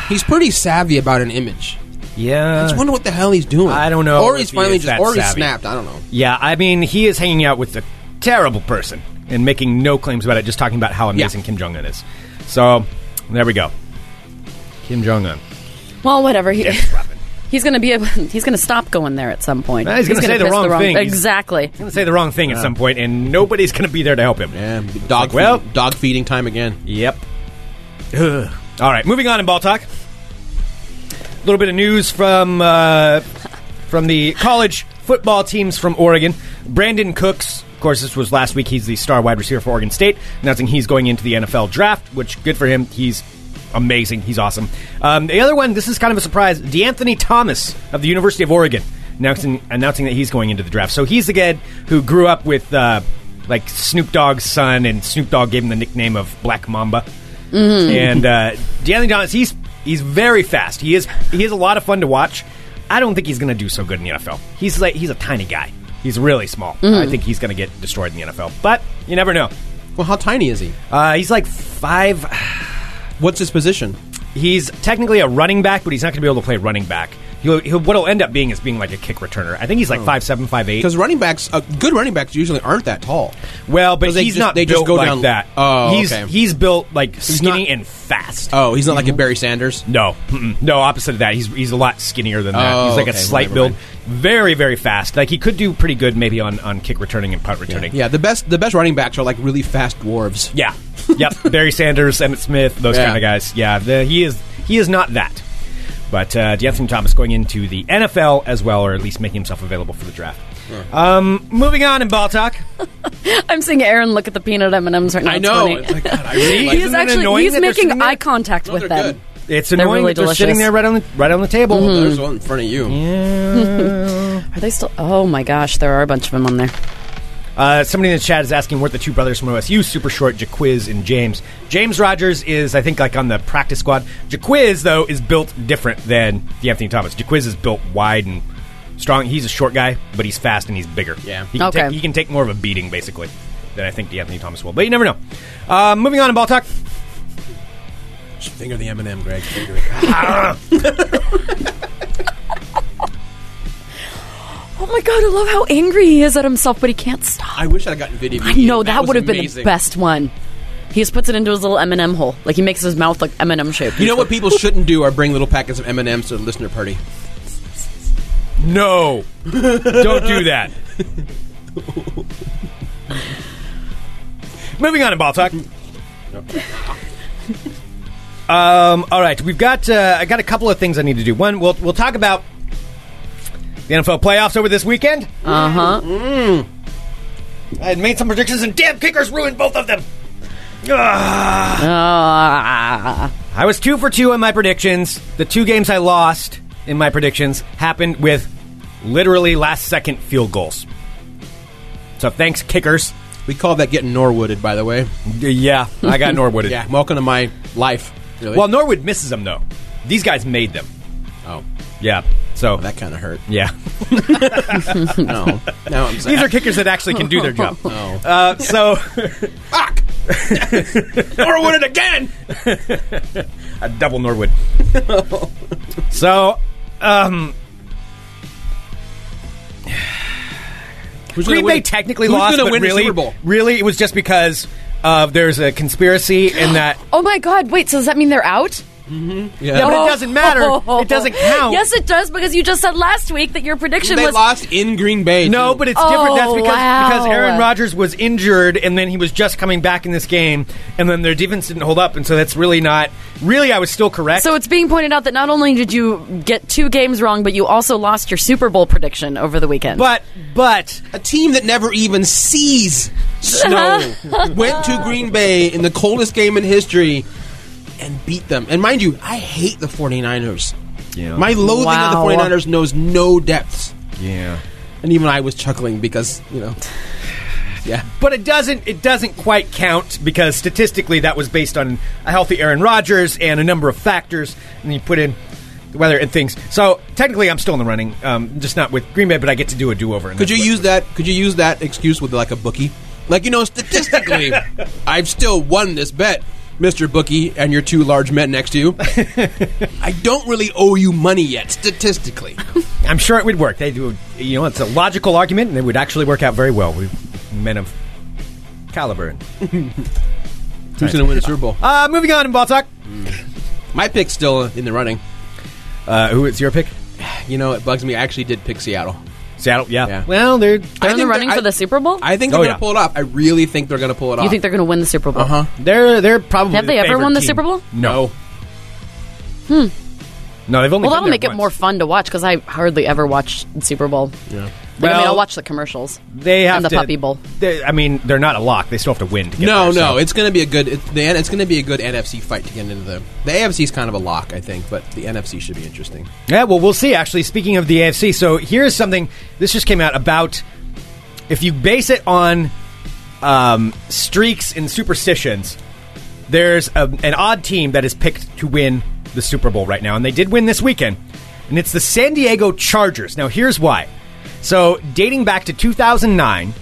He's pretty savvy about an image. yeah. I just wonder what the hell he's doing. I don't know Or if he's he finally is just, that or he savvy. snapped. I don't know. Yeah, I mean, he is hanging out with a terrible person and making no claims about it, just talking about how amazing Kim Jong Un is. So, there we go. Kim Jong Un. well, whatever. He, he's gonna be. A, he's gonna stop going there at some point. Nah, he's gonna say the piss wrong thing. He's- Exactly. He's going to say the wrong thing at some point, and nobody's going to be there to help him. Yeah, dog. Like, well- feeding, dog feeding time again. Yep. Ugh. All right, moving on in ball talk. A little bit of news from uh, from the college football teams from Oregon. Brandon Cooks Of course, this was last week. He's the star wide receiver for Oregon State, announcing he's going into the NFL draft, which good for him. He's amazing. He's awesome. Um, the other one, this is kind of a surprise. DeAnthony Thomas of the University of Oregon announcing, announcing that he's going into the draft. So he's the kid who grew up with uh, like Snoop Dogg's son, and Snoop Dogg gave him the nickname of Black Mamba. And uh, DeAnthony Thomas, he's he's very fast. He is he is a lot of fun to watch. I don't think he's going to do so good in the NFL. He's like he's a tiny guy. He's really small. I think he's going to get destroyed in the NFL. But you never know. Well, how tiny is he? Uh, he's like five. What's his position? He's technically a running back, but he's not going to be able to play running back. He'll, he'll, what'll end up being is being like a kick returner. I think Oh. he's like five seven, five eight. Because running backs, uh, good running backs usually aren't that tall. Well, but So they he's just- not they just built go like down- that. Oh, he's okay. he's built like skinny not- and fast. Oh, he's not like a Mm-hmm. Barry Sanders. No, mm-mm. no, opposite of that. He's he's a lot skinnier than that. Oh, he's like a okay, slight well, never build, very very fast. Like he could do pretty good maybe on, on kick returning and punt returning. Yeah, the best the best running backs are like really fast dwarves. yeah, yep. Barry Sanders, Emmett Smith, those Yeah. kind of guys. Yeah, the, he is he is not that. But uh, D'Anthony Thomas going into the NFL as well, or at least making himself available for the draft. Um, moving on in ball talk. I'm seeing Aaron look at the peanut M&Ms right now. I It's know. funny. It's like, God, I really like He's Isn't it actually annoying he's that they're making sitting there? eye contact No, with they're them. good. It's They're annoying really that they're sitting delicious. Mm-hmm. there right on the right on the table. There's one in front of you. Are they still? Oh my gosh, there are a bunch of them on there. Uh, somebody in the chat is asking what the two brothers from OSU, Super Short, Jaquiz, and James. James Rogers is, I think, like on the practice squad. Jaquiz, though, is built different than DeAnthony Thomas. Jaquiz is built wide and strong. He's a short guy, but he's fast and he's bigger. Yeah. He can, Okay. take, he can take more of a beating, basically, than I think DeAnthony Thomas will. But you never know. Uh, moving on in ball talk. Finger the M and M, Greg. Finger it. Oh my god, I love how angry he is at himself, but he can't stop. Ah, I wish I'd gotten video. I know that, would have been the best one. He just puts it into his little M&M hole, like he makes his mouth like M&M shape. You know what people shouldn't do are bring little packets of M and M's to the listener party. No, don't do that. Moving on in ball talk. Um, all right, we've got uh, I got a couple of things I need to do. One, we'll we'll talk about the NFL playoffs over this weekend. Uh huh. I had made some predictions, and damn, kickers ruined both of them. Ugh. I was two for two in my predictions. The two games I lost in my predictions happened with literally last second field goals. So thanks, kickers. We call that getting Norwooded, by the way. Yeah, I got Norwood. Yeah, welcome to my life. Really? Well, Norwood misses them though. These guys made them. oh, Yeah. So that kind of hurt. yeah, No, no, Hmm. I'm these are sad. kickers that actually can do their job. Oh. Uh, so Fuck! Norwooded again. a double Norwood. so um, Who's Green gonna win Bay it? technically Who's lost, gonna but win the really, Super Bowl? really, it was just because of there's a conspiracy in that. Oh my god, wait, so does that mean they're out? Yeah. but it doesn't matter. It doesn't count. Yes, it does because you just said last week that your prediction they was lost in Green Bay. No, too. but it's Oh, different. That's because wow. because Aaron Rodgers was injured, and then he was just coming back in this game, and then their defense didn't hold up, and so that's really not. Really, I was still correct. So it's being pointed out that not only did you get two games wrong, but you also lost your Super Bowl prediction over the weekend. but but a team that never even sees snow went to Green Bay in the coldest game in history and beat them. And mind you, I hate the 49ers. Yeah. My loathing Wow. of the 49ers knows no depths. yeah, And even I was chuckling because, you know. Yeah. but it doesn't it doesn't quite count because statistically that was based on a healthy Aaron Rodgers and a number of factors, and you put in the weather and things. So technically, I'm still in the running, um, just not with Green Bay, but I get to do a do over. Could you use that could you use that excuse with like a bookie? Like, you know, statistically, I've still won this bet. Mr. Bookie and your two large men next to you. I don't really owe you money yet, statistically. I'm sure it would work. They do, you know, it's a logical argument, and it would actually work out very well. We men of caliber. Who's going to win a Super Bowl? Uh, moving on in ball talk. My pick's still in the running. Uh, who is your pick? You know, it bugs me. I actually did pick Seattle. Seattle. Yeah. Yeah. Well, they're. I are they think running that- for I- the Super Bowl? I think Oh, they're going to yeah. pull it off. I really think they're going to pull it off. you think they're going to win the Super Bowl? Uh-huh. Uh huh. They're they're probably. Have they the ever favorite won the team. Super Bowl? No. Hmm. No, they've only. Well, been that'll there make it once. more fun to watch because I hardly ever watch the Super Bowl. Yeah. Like, I mean, Well, I'll watch the commercials. They have and the to, Puppy Bowl. they- I mean, they're not a lock. They still have to win. To get No, there, so- no, it's going to be a good. It, the, N- it's going to be a good NFC fight to get into the. The AFC is kind of a lock, I think, but the NFC should be interesting. Yeah, well, we'll see. Actually, speaking of the AFC, so here's something. This just came out about if you base it on um, streaks and superstitions. There's a, an odd team that is picked to win the Super Bowl right now, and they did win this weekend, and it's the San Diego Chargers. Now, here's why. So, dating back to 2009,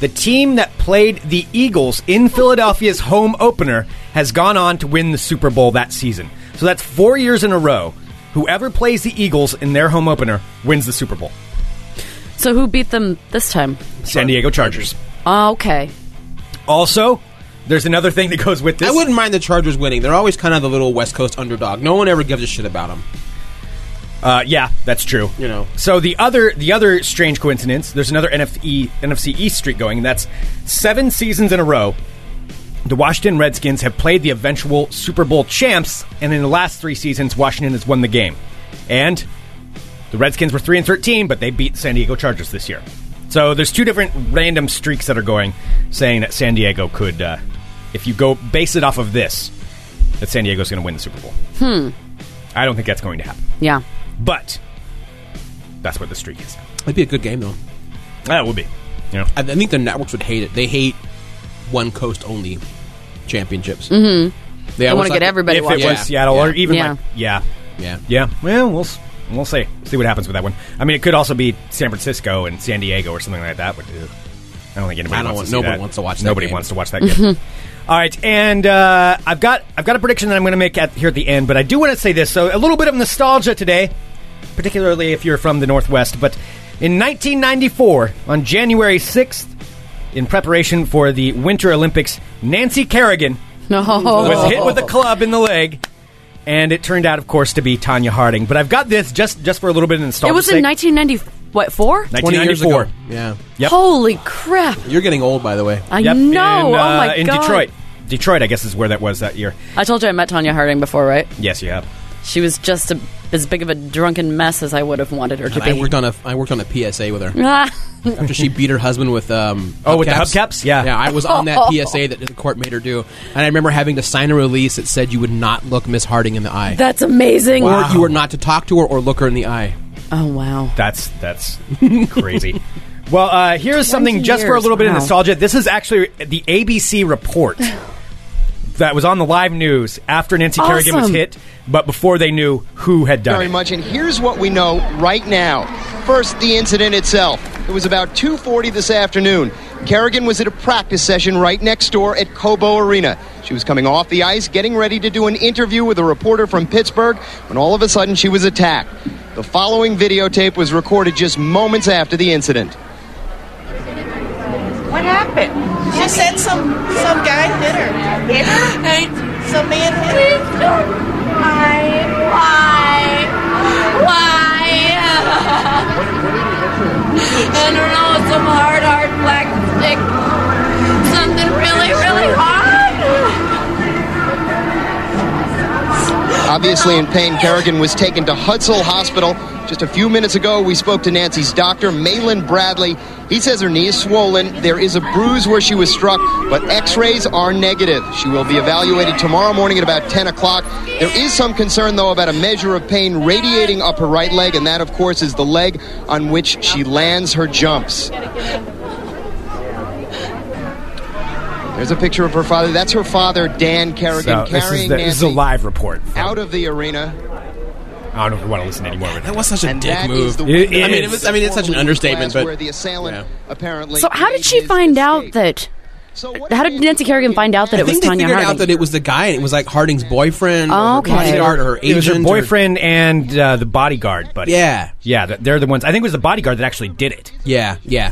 the team that played the Eagles in Philadelphia's home opener has gone on to win the Super Bowl that season. So, that's four years in a row. Whoever plays the Eagles in their home opener wins the Super Bowl. So who beat them this time? San Diego Chargers. Oh, okay. Also, there's another thing that goes with this. I wouldn't mind the Chargers winning. They're always kind of the little West Coast underdog. No one ever gives a shit about them. Uh, yeah, that's true. You know. So the other the other strange coincidence, there's another NFC NFC East streak going, and that's seven seasons in a row. The Washington Redskins have played the eventual Super Bowl champs, and in the last three seasons, Washington has won the game. And the Redskins were three and thirteen, but they beat San Diego Chargers this year. So there's two different random streaks that are going, saying that San Diego could, uh, if you go base it off of this, that San Diego's going to win the Super Bowl. Hmm. I don't think that's going to happen. Yeah. But that's what the streak is. It'd be a good game though. That would be. You know, I, I think the networks would hate it. They hate one coast only championships. Mm-hmm. They, I always want to like get everybody if it watching. was Seattle or even Yeah. like yeah, Yeah. yeah. Well, we'll s- we'll see see what happens with that one. I mean, it could also be San Francisco and San Diego or something like that. But ew. I don't think anybody. I don't wants want- to see nobody that. wants to watch that Nobody game. wants to watch that game. All right, and uh, I've got I've got a prediction that I'm going to make at, here at the end, but I do want to say this. So a little bit of nostalgia today, particularly if you're from the Northwest. But in 1994, on January 6th, in preparation for the Winter Olympics, Nancy Kerrigan No. was hit with a club in the leg, and it turned out, of course, to be Tanya Harding. But I've got this just just for a little bit of nostalgia. It was in sake. 1990. What four? 20 years 1994. ago. Yeah. Yep. Holy crap! You're getting old, by the way. I Yep, know. In, oh my uh, in god. Detroit. Detroit, I guess, is where that was that year. I told you I met Tanya Harding before, right? Yes, you have. She was just a, as big of a drunken mess as I would have wanted her to And I be. worked on a I worked on a PSA with her Ah. after she beat her husband with um Oh, with the hubcaps? Yeah. yeah I was on that PSA that the court made her do and I remember having to sign a release that said you would not look Miss Harding in the eye That's amazing. or you were not to talk to her or look her in the eye Oh wow. That's that's crazy. Well, uh, here's something just for a years, little bit of wow. nostalgia. This is actually the ABC report that was on the live news after Nancy Kerrigan was Awesome. hit, but before they knew who had done very it. much and here's what we know right now first the incident itself it was about 2.40 this afternoon kerrigan was at a practice session right next door at cobo arena she was coming off the ice getting ready to do an interview with a reporter from pittsburgh when all of a sudden she was attacked the following videotape was recorded just moments after the incident What happened? She said some some guy hit her. Hit her? Some man hit her. Why? Why? Why? I don't know. Some hard, hard black stick. Something really, really hard. Obviously in pain, Kerrigan was taken to Hutzel Hospital. Just a few minutes ago, we spoke to Nancy's doctor, Malin Bradley. He says her knee is swollen. There is a bruise where she was struck, but x rays are negative. She will be evaluated tomorrow morning at about 10 o'clock. There is some concern, though, about a measure of pain radiating up her right leg, and that, of course, is the leg on which she lands her jumps. There's a picture of her father. That's her father, Dan Kerrigan, So this is, carrying the, this is a Nancy live report. out of the arena. I don't want to listen anymore. But that was such a And dick that move is the- It I mean is. it was I mean it's such an Formerly understatement class but where the assailant yeah. apparently So how did made she his find out escape. that? So what How did Nancy Kerrigan find out that I it was think they Tanya figured Harding? out that it was the guy and it was like Harding's boyfriend Oh, or okay. her bodyguard or her agent it was her or- boyfriend and uh, the bodyguard, buddy. yeah Yeah, th- they're the ones. I think it was the bodyguard that actually did it. yeah yeah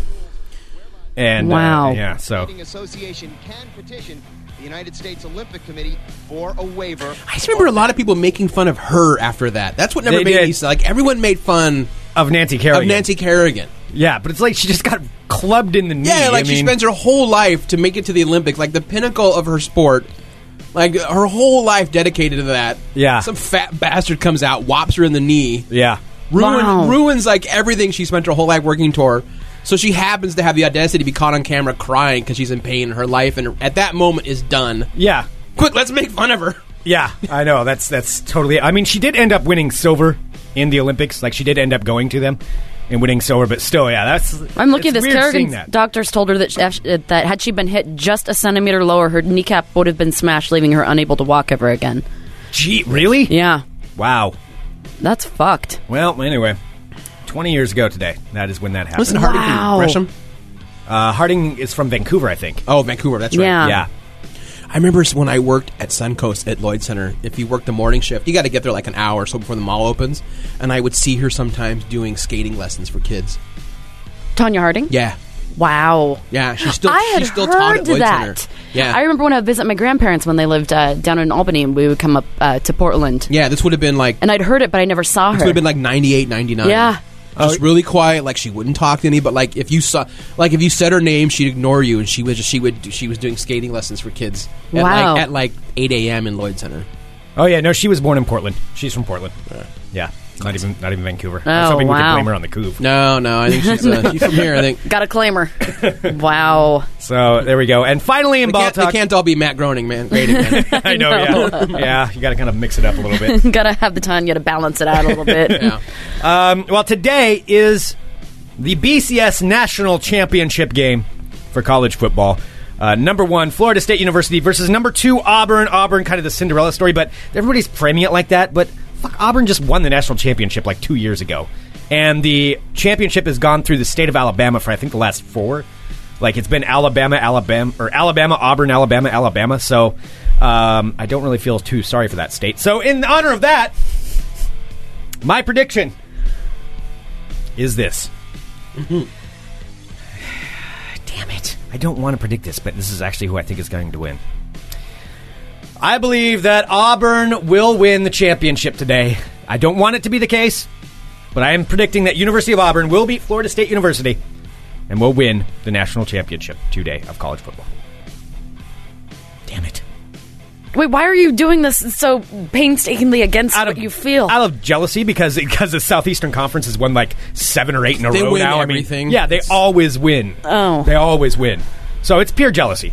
And uh, Wow. yeah, so Skating Association can petition the United States Olympic Committee for a waiver. I just remember a lot of people making fun of her after that that's what never They made did. me sad. like everyone made fun of Nancy of Kerrigan. Nancy Kerrigan. Yeah, but it's like she just got clubbed in the knee. Yeah, like I she mean, spends her whole life to make it to the Olympics, like the pinnacle of her sport. Like her whole life dedicated to that. Yeah. Some fat bastard comes out, whops her in the knee, Yeah, ruin, Wow. ruins like everything she spent her whole life working toward, So she happens to have the audacity to be caught on camera crying because she's in pain in her life, and at that moment is done. Yeah. Quick, let's make fun of her. Yeah, I know. That's that's totally. I mean, she did end up winning silver in the Olympics. Like she did end up going to them and winning silver, but still, yeah, that's. I'm looking it's at this. weird seeing Kerrigan's that. doctors told her that sh- uh, that had she been hit just a centimeter lower, her kneecap would have been smashed, leaving her unable to walk ever again. Gee, really? Yeah, Wow. that's fucked. Well, anyway, 20 years ago today, that is when that happened. Listen, Harding Wow. from Gresham. Uh, Harding is from Vancouver, I think. Oh, Vancouver. That's right. Yeah. yeah. I remember when I worked at Suncoast at Lloyd Center. If you worked the morning shift, you got to get there like an hour or so before the mall opens. And I would see her sometimes doing skating lessons for kids. Tanya Harding. Yeah, Wow. yeah. She's still I had she's still taught heard at Lloyd that. Center. Yeah, I remember when I would visit my grandparents when they lived uh, down in Albany, and we would come up uh, to Portland. yeah. This would have been like And I'd heard it, but I never saw this her. would have been like uh, 98, 99. Yeah. Oh. Just really quiet, like she wouldn't talk to any. But like if you saw, like if you said her name, she'd ignore you, and she was she would do, she was doing skating lessons for kids. At Wow. Like, at like eight a.m. in Lloyd Center. Oh yeah, no, she was born in Portland. She's from Portland. Yeah, not even not even Vancouver. I was Oh, hoping we could wow. blame her on the coup. No, no, I think she's uh, she's from here. I think Got a claimer. wow. So there we go. And finally, in they ball can't, they talk, can't all be Matt Groening, man. Great man. I know. Yeah, yeah, you got to kind of mix it up a little bit. Gotta have the Tanya to balance it out a little bit. yeah. Um, well, today is the BCS National Championship game for college football. Uh, number one, Florida State University versus number two, Auburn. Auburn, kind of the Cinderella story, but everybody's framing it like that. But fuck, Auburn just won the national championship like two years ago. And the championship has gone through the state of Alabama for, I think, the last four. Like, it's been Alabama, Alabama, or Alabama, Auburn, Alabama, Alabama. So um, I don't really feel too sorry for that state. So, in honor of that, my prediction is this. Mm-hmm. Damn it. I don't want to predict this, but this is actually who I think is going to win. I believe that Auburn will win the championship today. I don't want it to be the case, but I am predicting that University of Auburn will beat Florida State University and will win the national championship today of college football. Damn it. Wait, why are you doing this so painstakingly against Out of what you feel? out of jealousy because because the Southeastern Conference has won like seven or eight in a They row win now. I everything. mean, yeah, they It's- always win. Oh. they always win. So it's pure jealousy.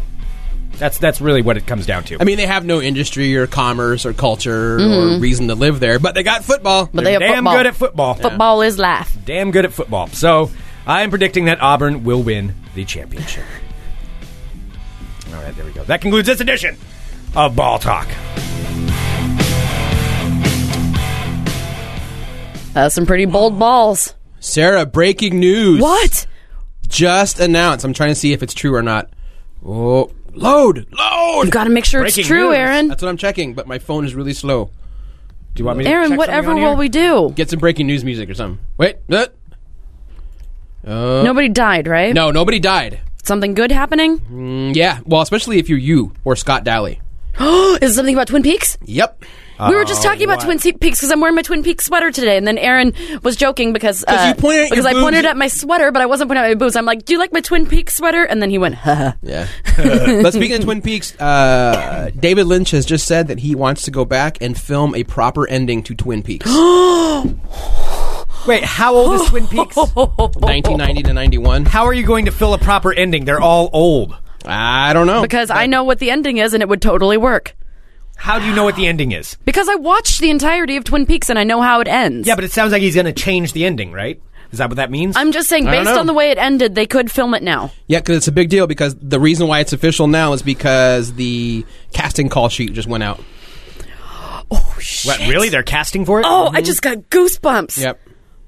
That's that's really what it comes down to. I mean, they have no industry or commerce or culture or reason to live there, but they got football. Mm-hmm. but they have damn football. good at football. football is life. Damn good at football. So I am predicting that Auburn will win the championship. All right, there we go. That concludes this edition of Ball Talk. That's some pretty bold balls. Sarah, breaking news. What? Just announced. I'm trying to see if it's true or not. Oh, load, load. You got to make sure Breaking it's true, news. Aaron. That's what I'm checking, but my phone is really slow. Do you want me? to Aaron, check whatever something on will we here? do? Get some breaking news music or something. Wait, uh, Uh, Nobody died, right? no, nobody died. Something good happening? Mm, Yeah, well, especially if you're you or Scott Daly. Is it something about Twin Peaks? Yep. we were just talking about Oh, what? Twin Se- Peaks because I'm wearing my Twin Peaks sweater today, and then Aaron was joking because uh, you pointed at your because I boobs. pointed at my sweater, but I wasn't pointing at my boobs. I'm like, "Do you like my Twin Peaks sweater?" And then he went, "Huh." Yeah. but speaking of Twin Peaks, uh, David Lynch has just said that he wants to go back and film a proper ending to Twin Peaks. Wait, how old is Twin Peaks? 1990 to 91. How are you going to fill a proper ending? They're all old. I don't know. Because I know what the ending is, and it would totally work. How do you know what the ending is? Because I watched the entirety of Twin Peaks, and I know how it ends. Yeah, but it sounds like he's going to change the ending, right? Is that what that means? I'm just saying, I don't based know. on the way it ended, they could film it now. yeah, because it's a big deal. Because the reason why it's official now is because the casting call sheet just went out. what, really? They're casting for it? Mm-hmm. Oh, I just got goosebumps. Yep,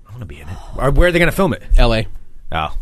I want to be in it. Or where are they going to film it? L.A. Oh.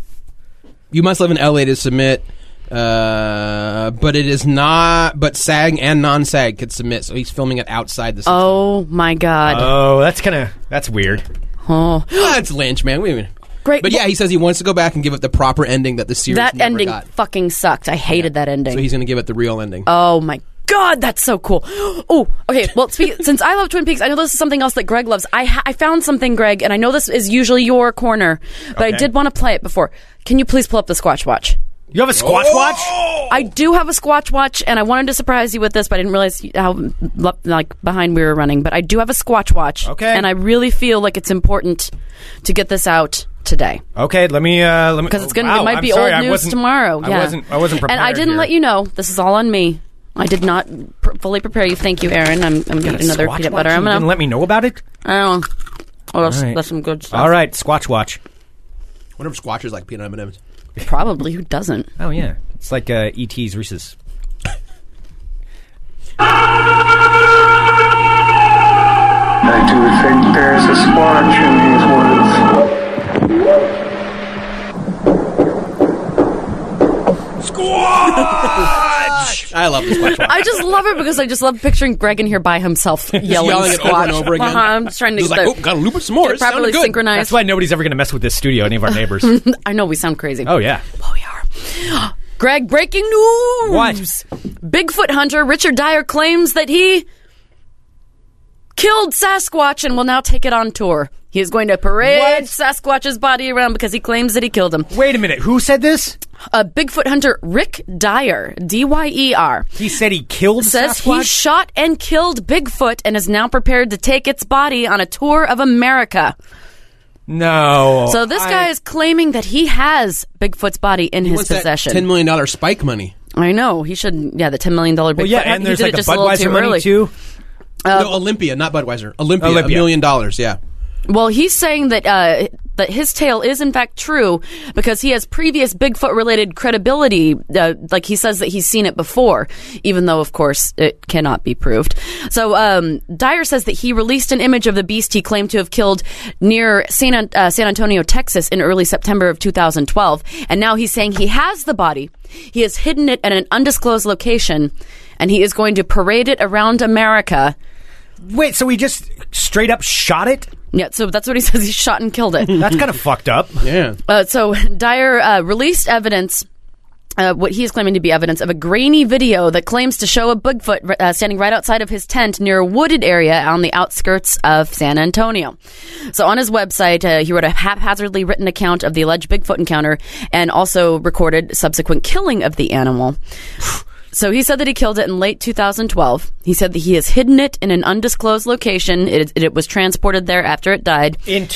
You must live in L.A. to submit. Uh, but it is not. But SAG and non-SAG could submit. So he's filming it outside the. System. Oh my Uh, god. Oh, that's kind of that's weird. oh. that's Lynch, man. Wait a minute. Great. But yeah, he says he wants to go back and give it the proper ending that the series that never ending got. fucking sucked. I hated that ending. So he's going to give it the real ending. Oh my god, that's so cool. Oh, okay. Well, speak, since I love Twin Peaks, I know this is something else that Greg loves. I ha- I found something, Greg, and I know this is usually your corner, but I Okay. did want to play it before. Can you please pull up the Squatch Watch? You have a Squatch Watch? I do have a Squatch Watch, and I wanted to surprise you with this, but I didn't realize how l- like behind we were running. But I do have a Squatch Watch, Okay. and I really feel like it's important to get this out today Okay, let me uh, let me because it's going to wow, it might I'm be sorry, I old news wasn't- tomorrow. Yeah, I wasn't I wasn't prepared. and I didn't here. let you know. This is all on me. I did not pr- fully prepare you. Thank you, Aaron. I'm, I'm Got eating a another Squatch peanut watch butter. and I'm you didn't gonna. let me know about it. I don't know. Oh, that's, right. that's some good stuff. All right, Squatch Watch. One of squatchers like peanut M&Ms. Probably. Who doesn't? Oh yeah, it's like uh, ET's Reese's. I do think there's a splotch in these woods. I love the squatch. I just love it because I just love picturing Greg in here by himself yelling, yelling it over and Squatch. over again. Uh-huh, I'm just trying to Just get like, the- oh, gotta loop it some more. get It it sounded properly good. synchronized. That's why nobody's ever going to mess with this studio, any of our neighbors. I know we sound crazy. oh yeah, But we are. Greg, breaking news. What? Bigfoot hunter Richard Dyer claims that he killed Sasquatch and will now take it on tour. He is going to parade What? Sasquatch's body around because he claims that he killed him. Wait a minute. Who said this? A Bigfoot hunter, Rick Dyer, D Y E R, He said he killed says Sasquatch. he shot and killed Bigfoot and is now prepared to take its body on a tour of America. no. So this Oh, I- guy is claiming that he has Bigfoot's body in his What's that possession. $10 million spike money? I know he should. Yeah, the ten million dollar Bigfoot. Well, yeah, hunt, and uh, he there's did like it a just little Budweiser too money early. too. Uh, no, Olympia, not Budweiser. Olympia, a Olympia. million dollars, yeah. Well, he's saying that uh, that his tale is in fact true because he has previous Bigfoot related credibility. Uh, like he says that he's seen it before, even though of course it cannot be proved. So um, Dyer says that he released an image of the beast he claimed to have killed near San, An- uh, San Antonio, Texas, in early September of 2012, and now he's saying he has the body. He has hidden it at an undisclosed location, and he is going to parade it around America. Wait, so he just straight up shot it? Yeah, so that's what he says. He shot and killed it. That's kind of fucked up. Yeah. Uh, so Dyer uh, released evidence. Uh, what he is claiming to be evidence of a grainy video that claims to show a Bigfoot uh, standing right outside of his tent near a wooded area on the outskirts of San Antonio. So, on his website, uh, he wrote a haphazardly written account of the alleged Bigfoot encounter and also recorded subsequent killing of the animal. So he said that he killed it in late 2012. He said that he has hidden it in an undisclosed location. It, it was transported there after it died. In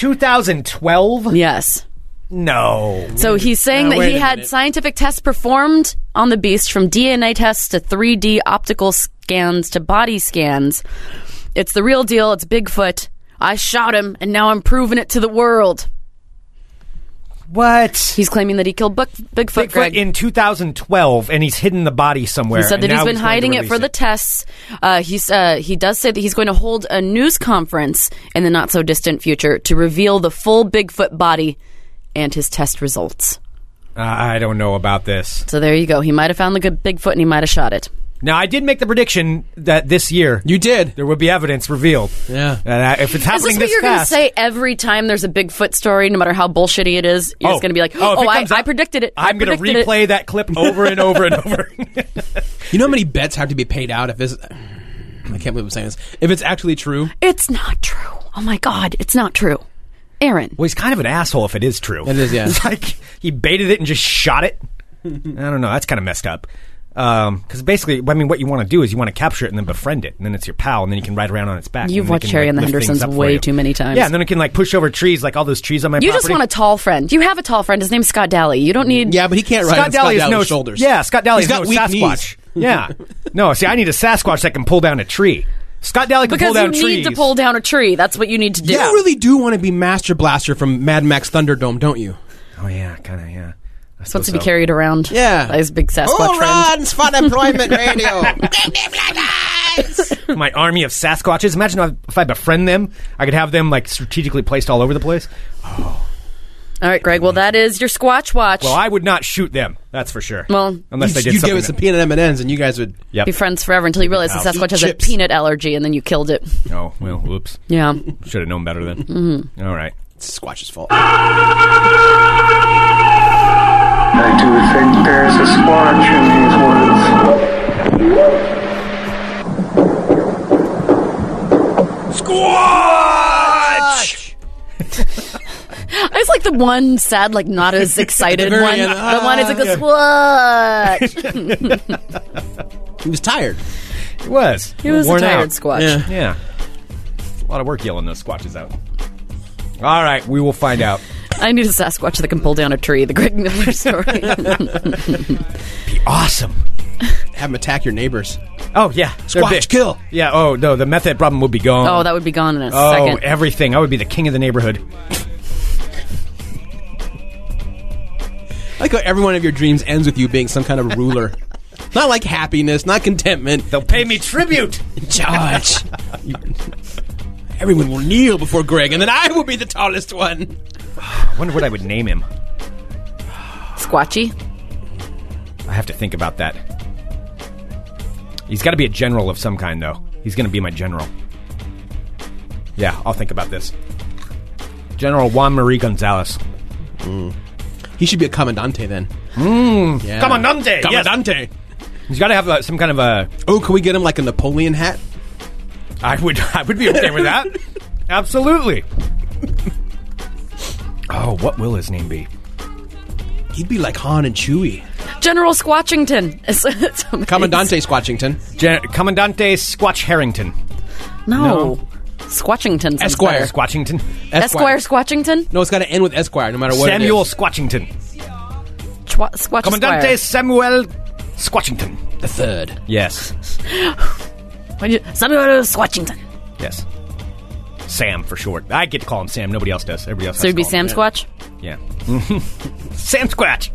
2012? Yes. No. So he's saying Now, that uh, wait he a had minute. scientific tests performed on the beast from DNA tests to 3D optical scans to body scans. It's the real deal. It's Bigfoot. I shot him, and now I'm proving it to the world. What? He's claiming that he killed Big- Bigfoot. Bigfoot Greg. in 2012, and he's hidden the body somewhere. He said and that now he's been going to hiding it release for the tests. Uh, he's uh, he does say that he's going to hold a news conference in the not so distant future to reveal the full Bigfoot body and his test results. Uh, I don't know about this. So there you go. He might have found the good Bigfoot and he might have shot it. Now, I did make the prediction that this year You did. there would be evidence revealed. Yeah. And I, if it's Is this happening what you're going to fast- say every time there's a Bigfoot story, no matter how bullshitty it is? You're just going to be like, Oh, oh, if it I, comes I up, predicted it. I I'm going to predicted it." replay that clip over and over and over. You know how many bets have to be paid out if this. I can't believe I'm saying this. If it's actually true, It's not true. Oh my God, it's not true. Aaron, well, he's kind of an asshole if it is true. It is, yeah. it's like he baited it and just shot it. I don't know. That's kind of messed up. Because basically, I mean, what you want to do is you want to capture it and then befriend it, and then it's your pal, and then you can ride around on its back. and You've then it watched can, Harry like, and the lift things Hendersons up for way you. too many times. Yeah, and then it can like push over trees, like all those trees on my. you just property. want a tall friend. You have a tall friend. His name's Scott Daly. You don't need. yeah, but he can't ride on Scott Scott Daly is Dowd's no shoulders. Yeah, Scott Daly He's is got no weak Sasquatch. knees. yeah, no. See, I need a Sasquatch that can pull down a tree. Scott Daly can because pull down you trees. need to pull down a tree. That's what you need to do. You really do want to be Master Blaster from Mad Max Thunderdome, don't you? Oh yeah, kind of yeah. I supposed to suppose be so. carried around. Yeah. by his big Sasquatch friend. Fun Employment Radio? My army of Sasquatches. Imagine if- if I befriend them, I could have them like strategically placed all over the place. All right, Greg. Well, that is your Squatch Watch. Well, I would not shoot them. That's for sure. Well- unless they did you something. gave it some peanut M&Ms and you guys would... yep. be friends forever until you realize the Ow. Sasquatch has Chips. a peanut allergy, and then you killed it. Oh well, whoops. Yeah. Should have known better then. Mm-hmm. right. It's Squatch's fault. I do think there's a splotch in these woods. It's like the one sad, like not as excited very one. end, the one is like this. Ah. What? He was tired. It was. He was worn a tired out. squatch. Yeah. Yeah. A lot of work yelling those squatches out. All right, we will find out. I need a Sasquatch that can pull down a tree. The Greg Miller story. Awesome. Have them attack your neighbors. Oh yeah, They're Squatch big. kill. Yeah. Oh no, the method problem would be gone. oh, that would be gone in a Oh, second. everything. I would be the king of the neighborhood. I like how every one of your dreams ends with you being some kind of ruler. not like happiness, not contentment. They'll pay me tribute. Judge. You- everyone will kneel before Greg, and then I will be the tallest one. I wonder what I would name him. Squatchy. I have to think about that. He's got to be a general of some kind, though. He's going to be my general. Yeah, I'll think about this. General Juan Marie Gonzalez. He should be a commandante then. Hmm. Mm, yeah. Comandante, yes. Commandante. He's got to have uh, some kind of a. Oh, can we get him like a Napoleon hat? I would. I would be okay with that. Absolutely. Oh, what will his name be? He'd be like Han and Chewie. General Squatchington. It's- it's amazing. Commandante Squatchington. Gen- Commandante Squatch Harrington. No. Squatchington. sounds Esquire. better. Squatchington. Esquire Squatchington. No, it's got to end with Esquire, no matter what. it Samuel is. Squatchington. Chwa- Squatch Commandante Esquire. Samuel Squatchington. the third. Yes. When you- Samuel Squatchington. Yes. Sam for short. I get to call him Sam. Nobody else does. Everybody else. So has it'd be to call Sam him Squatch. that. Yeah. Sam Squatch.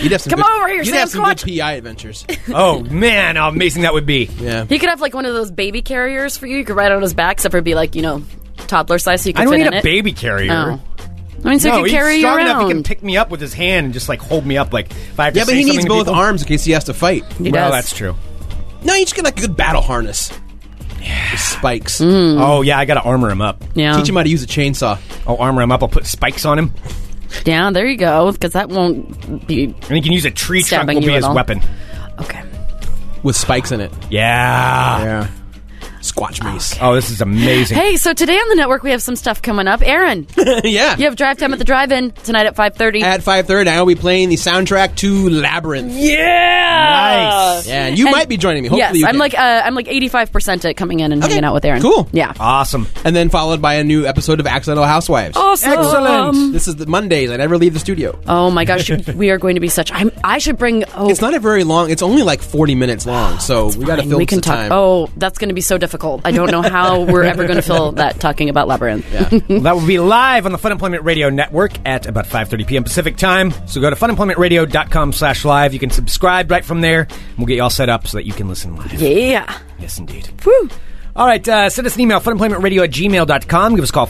You'd have some Come good- over here, you'd Sam have some good Squatch. PI adventures. Oh man, how amazing that would be. Yeah. He could have like one of those baby carriers for you. You could ride on his back, except for it'd be like you know toddler size, so you could I don't fit need in a it. baby carrier. Oh. I mean, so no, he could he's carry you strong around. enough. He can pick me up with his hand and just like hold me up. Like if I have to Yeah, but say he needs something to both people- arms in case he has to fight. He Well, does. that's true. No, you just get like a good battle harness. Yeah. spikes. Oh yeah, I gotta armor him up. Mm, Yeah. Teach him how to use a chainsaw. I'll armor him up. I'll put spikes on him, yeah, there you go. Because that won't be and he can use a tree trunk. Stabbing Will you be at his all. weapon. okay. with spikes in it. Yeah. Yeah. Squatch Ah, mace. Oh, this is amazing. Hey, so today on the network we have some stuff coming up. Aaron, yeah. you have drive time at the drive-in tonight at five thirty. At 5.30, I'll be playing the soundtrack to Labyrinth. uh, Nice. Yeah, and you might be joining me. Hopefully yes, you I'm can. like uh, I'm like 85 percent at coming in and hanging out with Aaron. cool. Ah. Yeah. Awesome. And then followed by a new episode of Accidental Housewives. Awesome. Excellent. This is the Mondays. I never leave the studio. Oh my gosh, we are going to be such. I'm, I should bring. Oh, It's not a very long. It's only like 40 minutes long, so we got Ah, to fine, fill we can some talk. time. Oh, that's going to be so difficult. I don't know how we're ever going to fill that talking about labyrinth. Well, that will be live on the Fun Employment Radio Network at about 5.30 p.m. Pacific time. So go to funemploymentradio.com slash live. You can subscribe right from there. And we'll get you all set up so that you can listen live. yeah. Yes, indeed. Woo! All right, uh, send us an email, funemploymentradio at gmail.com. Give us a call,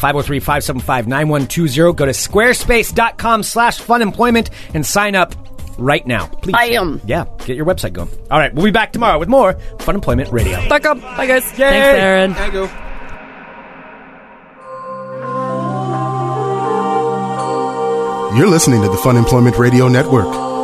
503-575-9120. Go to squarespace.com slash funemployment and sign up right now. Please. I am. Yeah, get your website going. All right, we'll be back tomorrow with more Fun Employment Radio. Back up. Bye guys. Thanks, Aaron. I go. You're listening to the Fun Employment Radio Network.